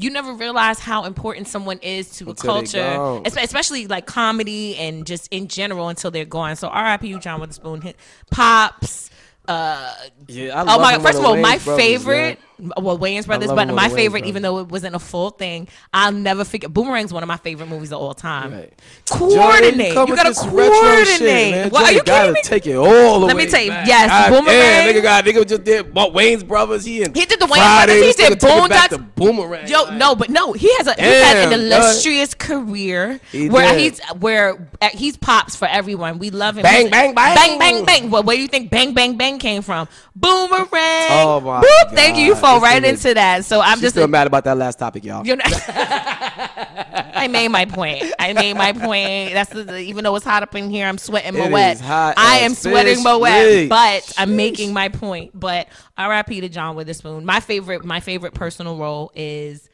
Speaker 1: You never realize how important someone is to
Speaker 2: Until
Speaker 1: a
Speaker 2: they
Speaker 1: culture,
Speaker 2: gone.
Speaker 1: es- especially like comedy and just in general until they're gone. So R.I.P. John Witherspoon, hit pops, uh,
Speaker 2: Yeah, I
Speaker 1: Oh
Speaker 2: love
Speaker 1: my
Speaker 2: him
Speaker 1: god! First
Speaker 2: on
Speaker 1: of
Speaker 2: the
Speaker 1: all, my
Speaker 2: Wayans Brothers,
Speaker 1: favorite. uh,
Speaker 2: man.
Speaker 1: Well, Wayans Brothers,
Speaker 2: love
Speaker 1: but
Speaker 2: him on
Speaker 1: my
Speaker 2: the Wayans
Speaker 1: favorite, even
Speaker 2: Brothers.
Speaker 1: though it wasn't a full thing, I'll never forget. Boomerang's one of my favorite movies of all time.
Speaker 2: Right.
Speaker 1: Coordinate.
Speaker 2: Jordan,
Speaker 1: You
Speaker 2: come with
Speaker 1: gotta
Speaker 2: this retro
Speaker 1: coordinate.
Speaker 2: shit, man.
Speaker 1: Well, are
Speaker 2: Jordan
Speaker 1: you
Speaker 2: gotta
Speaker 1: kidding me?
Speaker 2: Take it all the
Speaker 1: Let me
Speaker 2: way
Speaker 1: tell you,
Speaker 2: back.
Speaker 1: yes,
Speaker 2: God damn,
Speaker 1: Boomerang.
Speaker 2: nigga, got nigga just did well, Wayne's Brothers. He and
Speaker 1: He did the Wayans
Speaker 2: Friday,
Speaker 1: Brothers, he
Speaker 2: this
Speaker 1: did
Speaker 2: nigga took it
Speaker 1: Boondocks.
Speaker 2: back to Boomerang.
Speaker 1: Yo,
Speaker 2: like-
Speaker 1: no, but no, he has a he's had an
Speaker 2: Damn,
Speaker 1: illustrious career
Speaker 2: He
Speaker 1: where
Speaker 2: did.
Speaker 1: he's where uh, he's pops for everyone. We love him.
Speaker 2: Bang,
Speaker 1: He's-
Speaker 2: bang, bang.
Speaker 1: bang, bang, bang. Well, where do you think bang, bang, bang came from? Boomerang.
Speaker 2: Oh, my
Speaker 1: Boop. Thank you
Speaker 2: God.
Speaker 1: for
Speaker 2: This
Speaker 1: right
Speaker 2: nigga-
Speaker 1: into that. So I'm
Speaker 2: She's
Speaker 1: just
Speaker 2: still mad about that last topic, y'all.
Speaker 1: You're not. I made my point. I made my point. That's the, the- even though it's hot up in here, I'm sweating my
Speaker 2: It
Speaker 1: wet.
Speaker 2: is hot
Speaker 1: I
Speaker 2: as
Speaker 1: am sweating
Speaker 2: fish
Speaker 1: my wet,
Speaker 2: legs.
Speaker 1: but I'm making my point. But R.I.P. to John Witherspoon. My favorite, my favorite personal role is.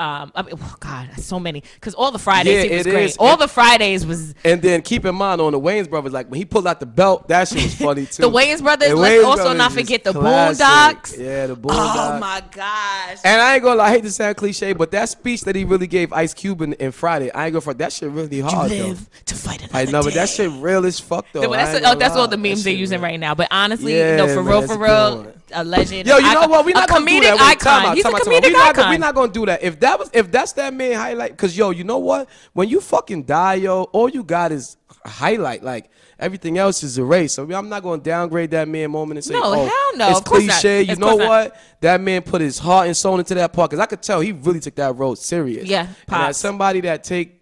Speaker 1: Um, I mean, oh God, so many. Cause all the Fridays
Speaker 2: Yeah,
Speaker 1: he was
Speaker 2: it
Speaker 1: great.
Speaker 2: is.
Speaker 1: All
Speaker 2: It-
Speaker 1: the Fridays was
Speaker 2: And then keep in mind on the Wayans brothers, like when he pulled out the belt, that shit was funny too.
Speaker 1: the Wayans brothers.
Speaker 2: And
Speaker 1: Let's
Speaker 2: Wayans
Speaker 1: also
Speaker 2: brothers
Speaker 1: not
Speaker 2: is
Speaker 1: forget the
Speaker 2: classic.
Speaker 1: Boondocks.
Speaker 2: Yeah, the Boondocks.
Speaker 1: Oh my gosh.
Speaker 2: And I ain't gonna lie, I hate to sound cliche, but that speech that he really gave Ice Cube in, in Friday, I ain't gonna front. That shit really hard though.
Speaker 1: Live to fight another
Speaker 2: I know, but
Speaker 1: day.
Speaker 2: that shit real as fuck though.
Speaker 1: Well, that's,
Speaker 2: I ain't
Speaker 1: oh,
Speaker 2: gonna
Speaker 1: that's
Speaker 2: lie.
Speaker 1: all the memes
Speaker 2: That
Speaker 1: they're
Speaker 2: shit
Speaker 1: using
Speaker 2: real.
Speaker 1: right now. But honestly,
Speaker 2: Yeah,
Speaker 1: no, for
Speaker 2: man,
Speaker 1: real,
Speaker 2: it's
Speaker 1: for real,
Speaker 2: gone.
Speaker 1: a legend.
Speaker 2: Yo, you
Speaker 1: an
Speaker 2: know
Speaker 1: icon-
Speaker 2: what? We're
Speaker 1: a
Speaker 2: not gonna do
Speaker 1: comedic
Speaker 2: that. We're- time
Speaker 1: icon.
Speaker 2: out,
Speaker 1: He's a
Speaker 2: time out, time
Speaker 1: comedic
Speaker 2: out. We're not,
Speaker 1: icon.
Speaker 2: We're not gonna do that. If that was if that's that main highlight, because yo, you know what? When you fucking die, yo, all you got is a highlight. Like everything else is erased. So I'm not gonna downgrade that man moment and say,
Speaker 1: No,
Speaker 2: oh,
Speaker 1: hell no,
Speaker 2: it's
Speaker 1: of course not.
Speaker 2: cliche. You
Speaker 1: Of
Speaker 2: know
Speaker 1: course not.
Speaker 2: what? That man put his heart and soul into that part because I could tell he really took that road serious.
Speaker 1: Yeah,
Speaker 2: and as
Speaker 1: pops.
Speaker 2: somebody that take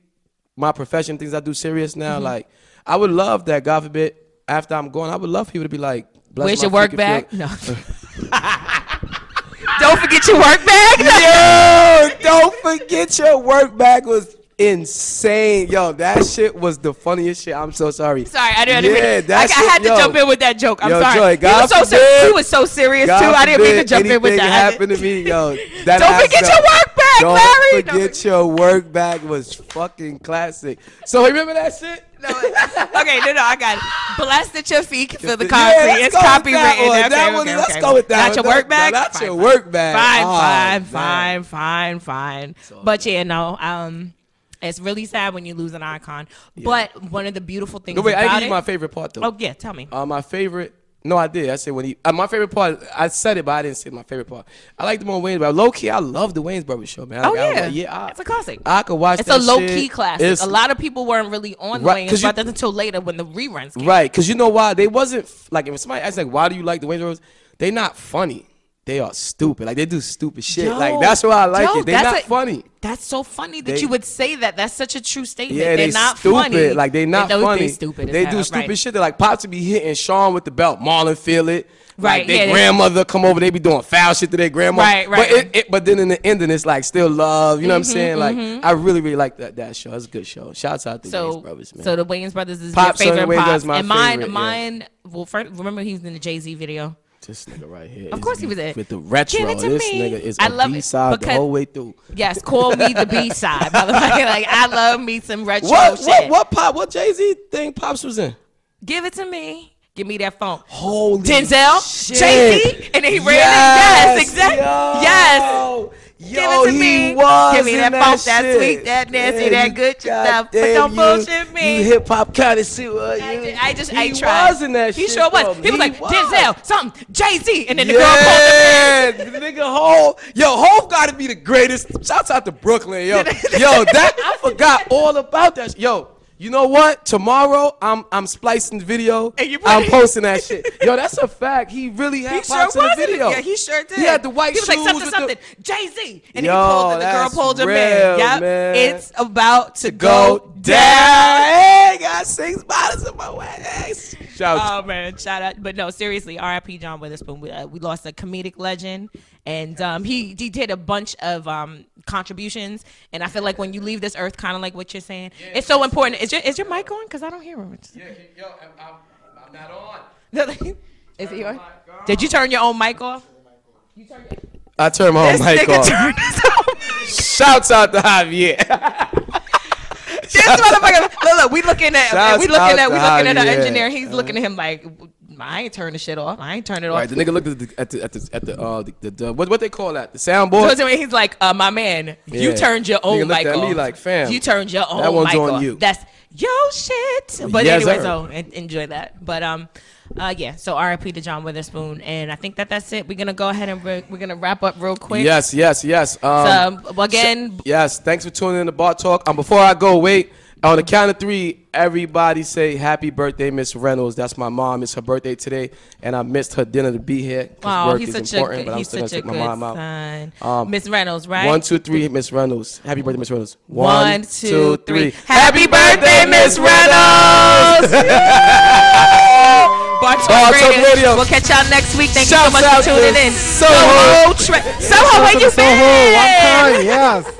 Speaker 2: my profession, things I do serious
Speaker 1: Mm-hmm.
Speaker 2: now, like I would love that. God forbid, after I'm gone, I would love people to be like, bless
Speaker 1: Where's
Speaker 2: my
Speaker 1: your work
Speaker 2: freaking
Speaker 1: bag?
Speaker 2: field.
Speaker 1: No. Don't forget your work bag.
Speaker 2: Yo, don't forget your work bag was insane. Yo, that shit was the funniest shit. I'm so sorry.
Speaker 1: Sorry, I didn't.
Speaker 2: Yeah,
Speaker 1: mean,
Speaker 2: that
Speaker 1: I, I
Speaker 2: shit-
Speaker 1: had to
Speaker 2: yo.
Speaker 1: jump in with that joke. I'm
Speaker 2: Yo,
Speaker 1: sorry.
Speaker 2: Joy,
Speaker 1: he, was
Speaker 2: God
Speaker 1: so ser-
Speaker 2: forbid-
Speaker 1: he was so serious
Speaker 2: God
Speaker 1: too. I didn't mean to
Speaker 2: forbid
Speaker 1: jump in with
Speaker 2: anything
Speaker 1: that.
Speaker 2: happened to me, yo. That
Speaker 1: Don't forget
Speaker 2: aspect-
Speaker 1: your work bag,
Speaker 2: Don't
Speaker 1: Larry. Don't
Speaker 2: forget your work bag was fucking classic. So remember that shit?
Speaker 1: No, okay, no, no, I got it. Blessed at your feet for the concrete.
Speaker 2: Yeah,
Speaker 1: it's
Speaker 2: let's go
Speaker 1: copywritten.
Speaker 2: with That one.
Speaker 1: Okay,
Speaker 2: That
Speaker 1: okay,
Speaker 2: one,
Speaker 1: okay,
Speaker 2: let's
Speaker 1: okay.
Speaker 2: go with that.
Speaker 1: Got your
Speaker 2: one.
Speaker 1: work back.
Speaker 2: No, That's
Speaker 1: Fine,
Speaker 2: your work bag.
Speaker 1: Fine,
Speaker 2: Oh,
Speaker 1: fine,
Speaker 2: man.
Speaker 1: fine, fine, fine. But yeah, no, um, it's really sad when you lose an icon. But one of the beautiful things
Speaker 2: No, wait, I didn't
Speaker 1: about
Speaker 2: give you
Speaker 1: it.
Speaker 2: my favorite part though.
Speaker 1: oh yeah, tell me.
Speaker 2: Uh, my favorite. No, I did. I said when he. Uh, my favorite part. I said it, but I didn't say my favorite part. I like the one Wayne's Brothers. Low key, I love the Wayne's Brothers show, man.
Speaker 1: oh
Speaker 2: Like, I was
Speaker 1: yeah,
Speaker 2: like, yeah. I,
Speaker 1: it's a classic.
Speaker 2: I could watch.
Speaker 1: it's a
Speaker 2: that
Speaker 1: low
Speaker 2: shit.
Speaker 1: key classic.
Speaker 2: It's-
Speaker 1: a lot of people weren't really on
Speaker 2: Right,
Speaker 1: right,
Speaker 2: 'cause
Speaker 1: Wayne's
Speaker 2: you-
Speaker 1: Brothers until later when the reruns came.
Speaker 2: Right, because you know why they wasn't like. If somebody asks like, why do you like the Wayne's Brothers? They not funny. They are stupid. Like they do stupid shit.
Speaker 1: Yo,
Speaker 2: like that's why I like
Speaker 1: yo,
Speaker 2: it. They
Speaker 1: that's
Speaker 2: not
Speaker 1: a-
Speaker 2: funny.
Speaker 1: That's so funny that
Speaker 2: They-
Speaker 1: you would say that. That's such a true statement.
Speaker 2: Yeah,
Speaker 1: they're
Speaker 2: they
Speaker 1: not
Speaker 2: stupid.
Speaker 1: funny.
Speaker 2: Like they not
Speaker 1: do
Speaker 2: funny.
Speaker 1: They stupid. as
Speaker 2: They
Speaker 1: hell,
Speaker 2: do
Speaker 1: right.
Speaker 2: stupid shit. They're like pops to be hitting Sean with the belt. Marlon feel it. Like
Speaker 1: Right,
Speaker 2: their
Speaker 1: yeah, they-
Speaker 2: grandmother come over, they be doing foul shit to their grandma.
Speaker 1: Right, right, Mm-hmm,
Speaker 2: But it,
Speaker 1: right.
Speaker 2: it but then in the ending it's like still love. You know what I'm saying? Like I really, really like that that show. It's a good show. Shouts out to
Speaker 1: So,
Speaker 2: Wayans brothers, man.
Speaker 1: so the Wayans brothers is
Speaker 2: Pops,
Speaker 1: your
Speaker 2: Sonny
Speaker 1: favorite.
Speaker 2: Wayans
Speaker 1: Pops.
Speaker 2: is my
Speaker 1: and mine,
Speaker 2: favorite, yeah.
Speaker 1: mine. Well, first, remember he was in the Jay Z video.
Speaker 2: this nigga right here.
Speaker 1: Of
Speaker 2: is
Speaker 1: course he was in it.
Speaker 2: with the retro.
Speaker 1: Give it to
Speaker 2: this
Speaker 1: me.
Speaker 2: nigga is
Speaker 1: I
Speaker 2: on
Speaker 1: love it
Speaker 2: B-side the
Speaker 1: because-
Speaker 2: whole way through.
Speaker 1: Yes, call me the B side, motherfucker. Like I love me some retro
Speaker 2: What
Speaker 1: shit.
Speaker 2: what what pop what Jay Z thing Pops was in?
Speaker 1: Give it to me. Give me that phone.
Speaker 2: Holy
Speaker 1: Denzel,
Speaker 2: shit.
Speaker 1: Jay Z, and then he ran it. Yes, exactly.
Speaker 2: yo.
Speaker 1: Yes.
Speaker 2: Yo,
Speaker 1: Give it to
Speaker 2: he
Speaker 1: me.
Speaker 2: was
Speaker 1: Give me
Speaker 2: in
Speaker 1: that bump, that
Speaker 2: shit.
Speaker 1: sweet, that nasty,
Speaker 2: Yeah,
Speaker 1: that
Speaker 2: you-
Speaker 1: good stuff, but
Speaker 2: goddamn
Speaker 1: don't
Speaker 2: you-
Speaker 1: bullshit me.
Speaker 2: You hip hop connoisseur. you.
Speaker 1: I ju- I just,
Speaker 2: he
Speaker 1: I tried.
Speaker 2: was in that
Speaker 1: he
Speaker 2: shit.
Speaker 1: sure was.
Speaker 2: though.
Speaker 1: He was like Denzel, something Jay Z, and then the girl called him.
Speaker 2: yeah, the nigga Hov. Yo, Hov gotta be the greatest. Shouts out to Brooklyn, yo. yo, that I forgot all about that. sh- Yo, you know what? Tomorrow I'm I'm splicing the video.
Speaker 1: And you
Speaker 2: I'm
Speaker 1: put it-
Speaker 2: posting that shit. Yo, that's a fact. He really had
Speaker 1: He
Speaker 2: pops
Speaker 1: sure
Speaker 2: in
Speaker 1: was
Speaker 2: the video.
Speaker 1: Yeah, he sure did.
Speaker 2: He had the white
Speaker 1: He was like
Speaker 2: shoes
Speaker 1: something,
Speaker 2: with the-
Speaker 1: something. Jay Z, and
Speaker 2: Yo,
Speaker 1: he pulled it. The girl
Speaker 2: that's
Speaker 1: pulled him
Speaker 2: real,
Speaker 1: in. Yep,
Speaker 2: man.
Speaker 1: it's about to
Speaker 2: go
Speaker 1: go,
Speaker 2: down. Hey, got six bottles in my waist. Shout out.
Speaker 1: Oh man, shout out! But no, seriously, R.I.P. John Witherspoon. We, uh, we lost a comedic legend, and um, he he did a bunch of um, contributions. And I feel like when you leave this earth, kind of like what you're saying, it's so important. Is your is your mic on? Because I don't hear him. It's-
Speaker 2: yeah, yo, I'm, I'm, I'm not on.
Speaker 1: is he on? Did you turn your own mic off?
Speaker 2: I turned my own
Speaker 1: This
Speaker 2: mic
Speaker 1: nigga
Speaker 2: off.
Speaker 1: turned his own mic
Speaker 2: Shouts out to Javier.
Speaker 1: This motherfucker. Look, look, we looking at,
Speaker 2: Shouts
Speaker 1: we looking
Speaker 2: out
Speaker 1: at, we
Speaker 2: to
Speaker 1: looking at our
Speaker 2: Javier.
Speaker 1: engineer. He's looking at him like, I ain't turn the shit off. I ain't turn it off.
Speaker 2: Right, the nigga looked at the at the at the, at the uh the, the, the what what they call that the
Speaker 1: So
Speaker 2: soundboard.
Speaker 1: it's when he's like, uh, my man, you
Speaker 2: Yeah.
Speaker 1: turned your own
Speaker 2: Nigga looked
Speaker 1: mic
Speaker 2: at
Speaker 1: off.
Speaker 2: me like, fam,
Speaker 1: You turned your own
Speaker 2: one's
Speaker 1: mic
Speaker 2: on
Speaker 1: off.
Speaker 2: you.
Speaker 1: That's yo shit. But
Speaker 2: Yes,
Speaker 1: anyway,
Speaker 2: sir.
Speaker 1: so en- enjoy that. But um, uh, yeah. So R.I.P. to John Witherspoon, and I think that that's it. We're gonna go ahead and we're, we're gonna wrap up real quick.
Speaker 2: Yes, yes, yes. Um,
Speaker 1: So, again-
Speaker 2: yes. Thanks for tuning in to Bar Talk. Um, before I go, wait. On the count of three, everybody say happy birthday, Miss Reynolds. That's my mom. It's her birthday today, and I missed her dinner to be here. 'cause
Speaker 1: Wow,
Speaker 2: work
Speaker 1: oh, he's
Speaker 2: is
Speaker 1: such a
Speaker 2: important,
Speaker 1: good,
Speaker 2: but I'm
Speaker 1: he's
Speaker 2: still gonna
Speaker 1: such a
Speaker 2: take
Speaker 1: good
Speaker 2: my mom out.
Speaker 1: son.
Speaker 2: Um,
Speaker 1: Miss Reynolds, right?
Speaker 2: One, two, three, Miss Reynolds. Happy birthday, Miss Reynolds.
Speaker 1: One, two, three.
Speaker 2: Happy birthday, Miss Reynolds.
Speaker 1: Bar Talk
Speaker 2: Bar Talk
Speaker 1: Radio.
Speaker 2: Radio.
Speaker 1: We'll catch y'all next week. Thank
Speaker 2: Shouts
Speaker 1: you so much
Speaker 2: out
Speaker 1: for tuning
Speaker 2: to
Speaker 1: in.
Speaker 2: Soho.
Speaker 1: Soho, Tra- Soho, where you
Speaker 3: So,
Speaker 1: been?
Speaker 3: one time, yes.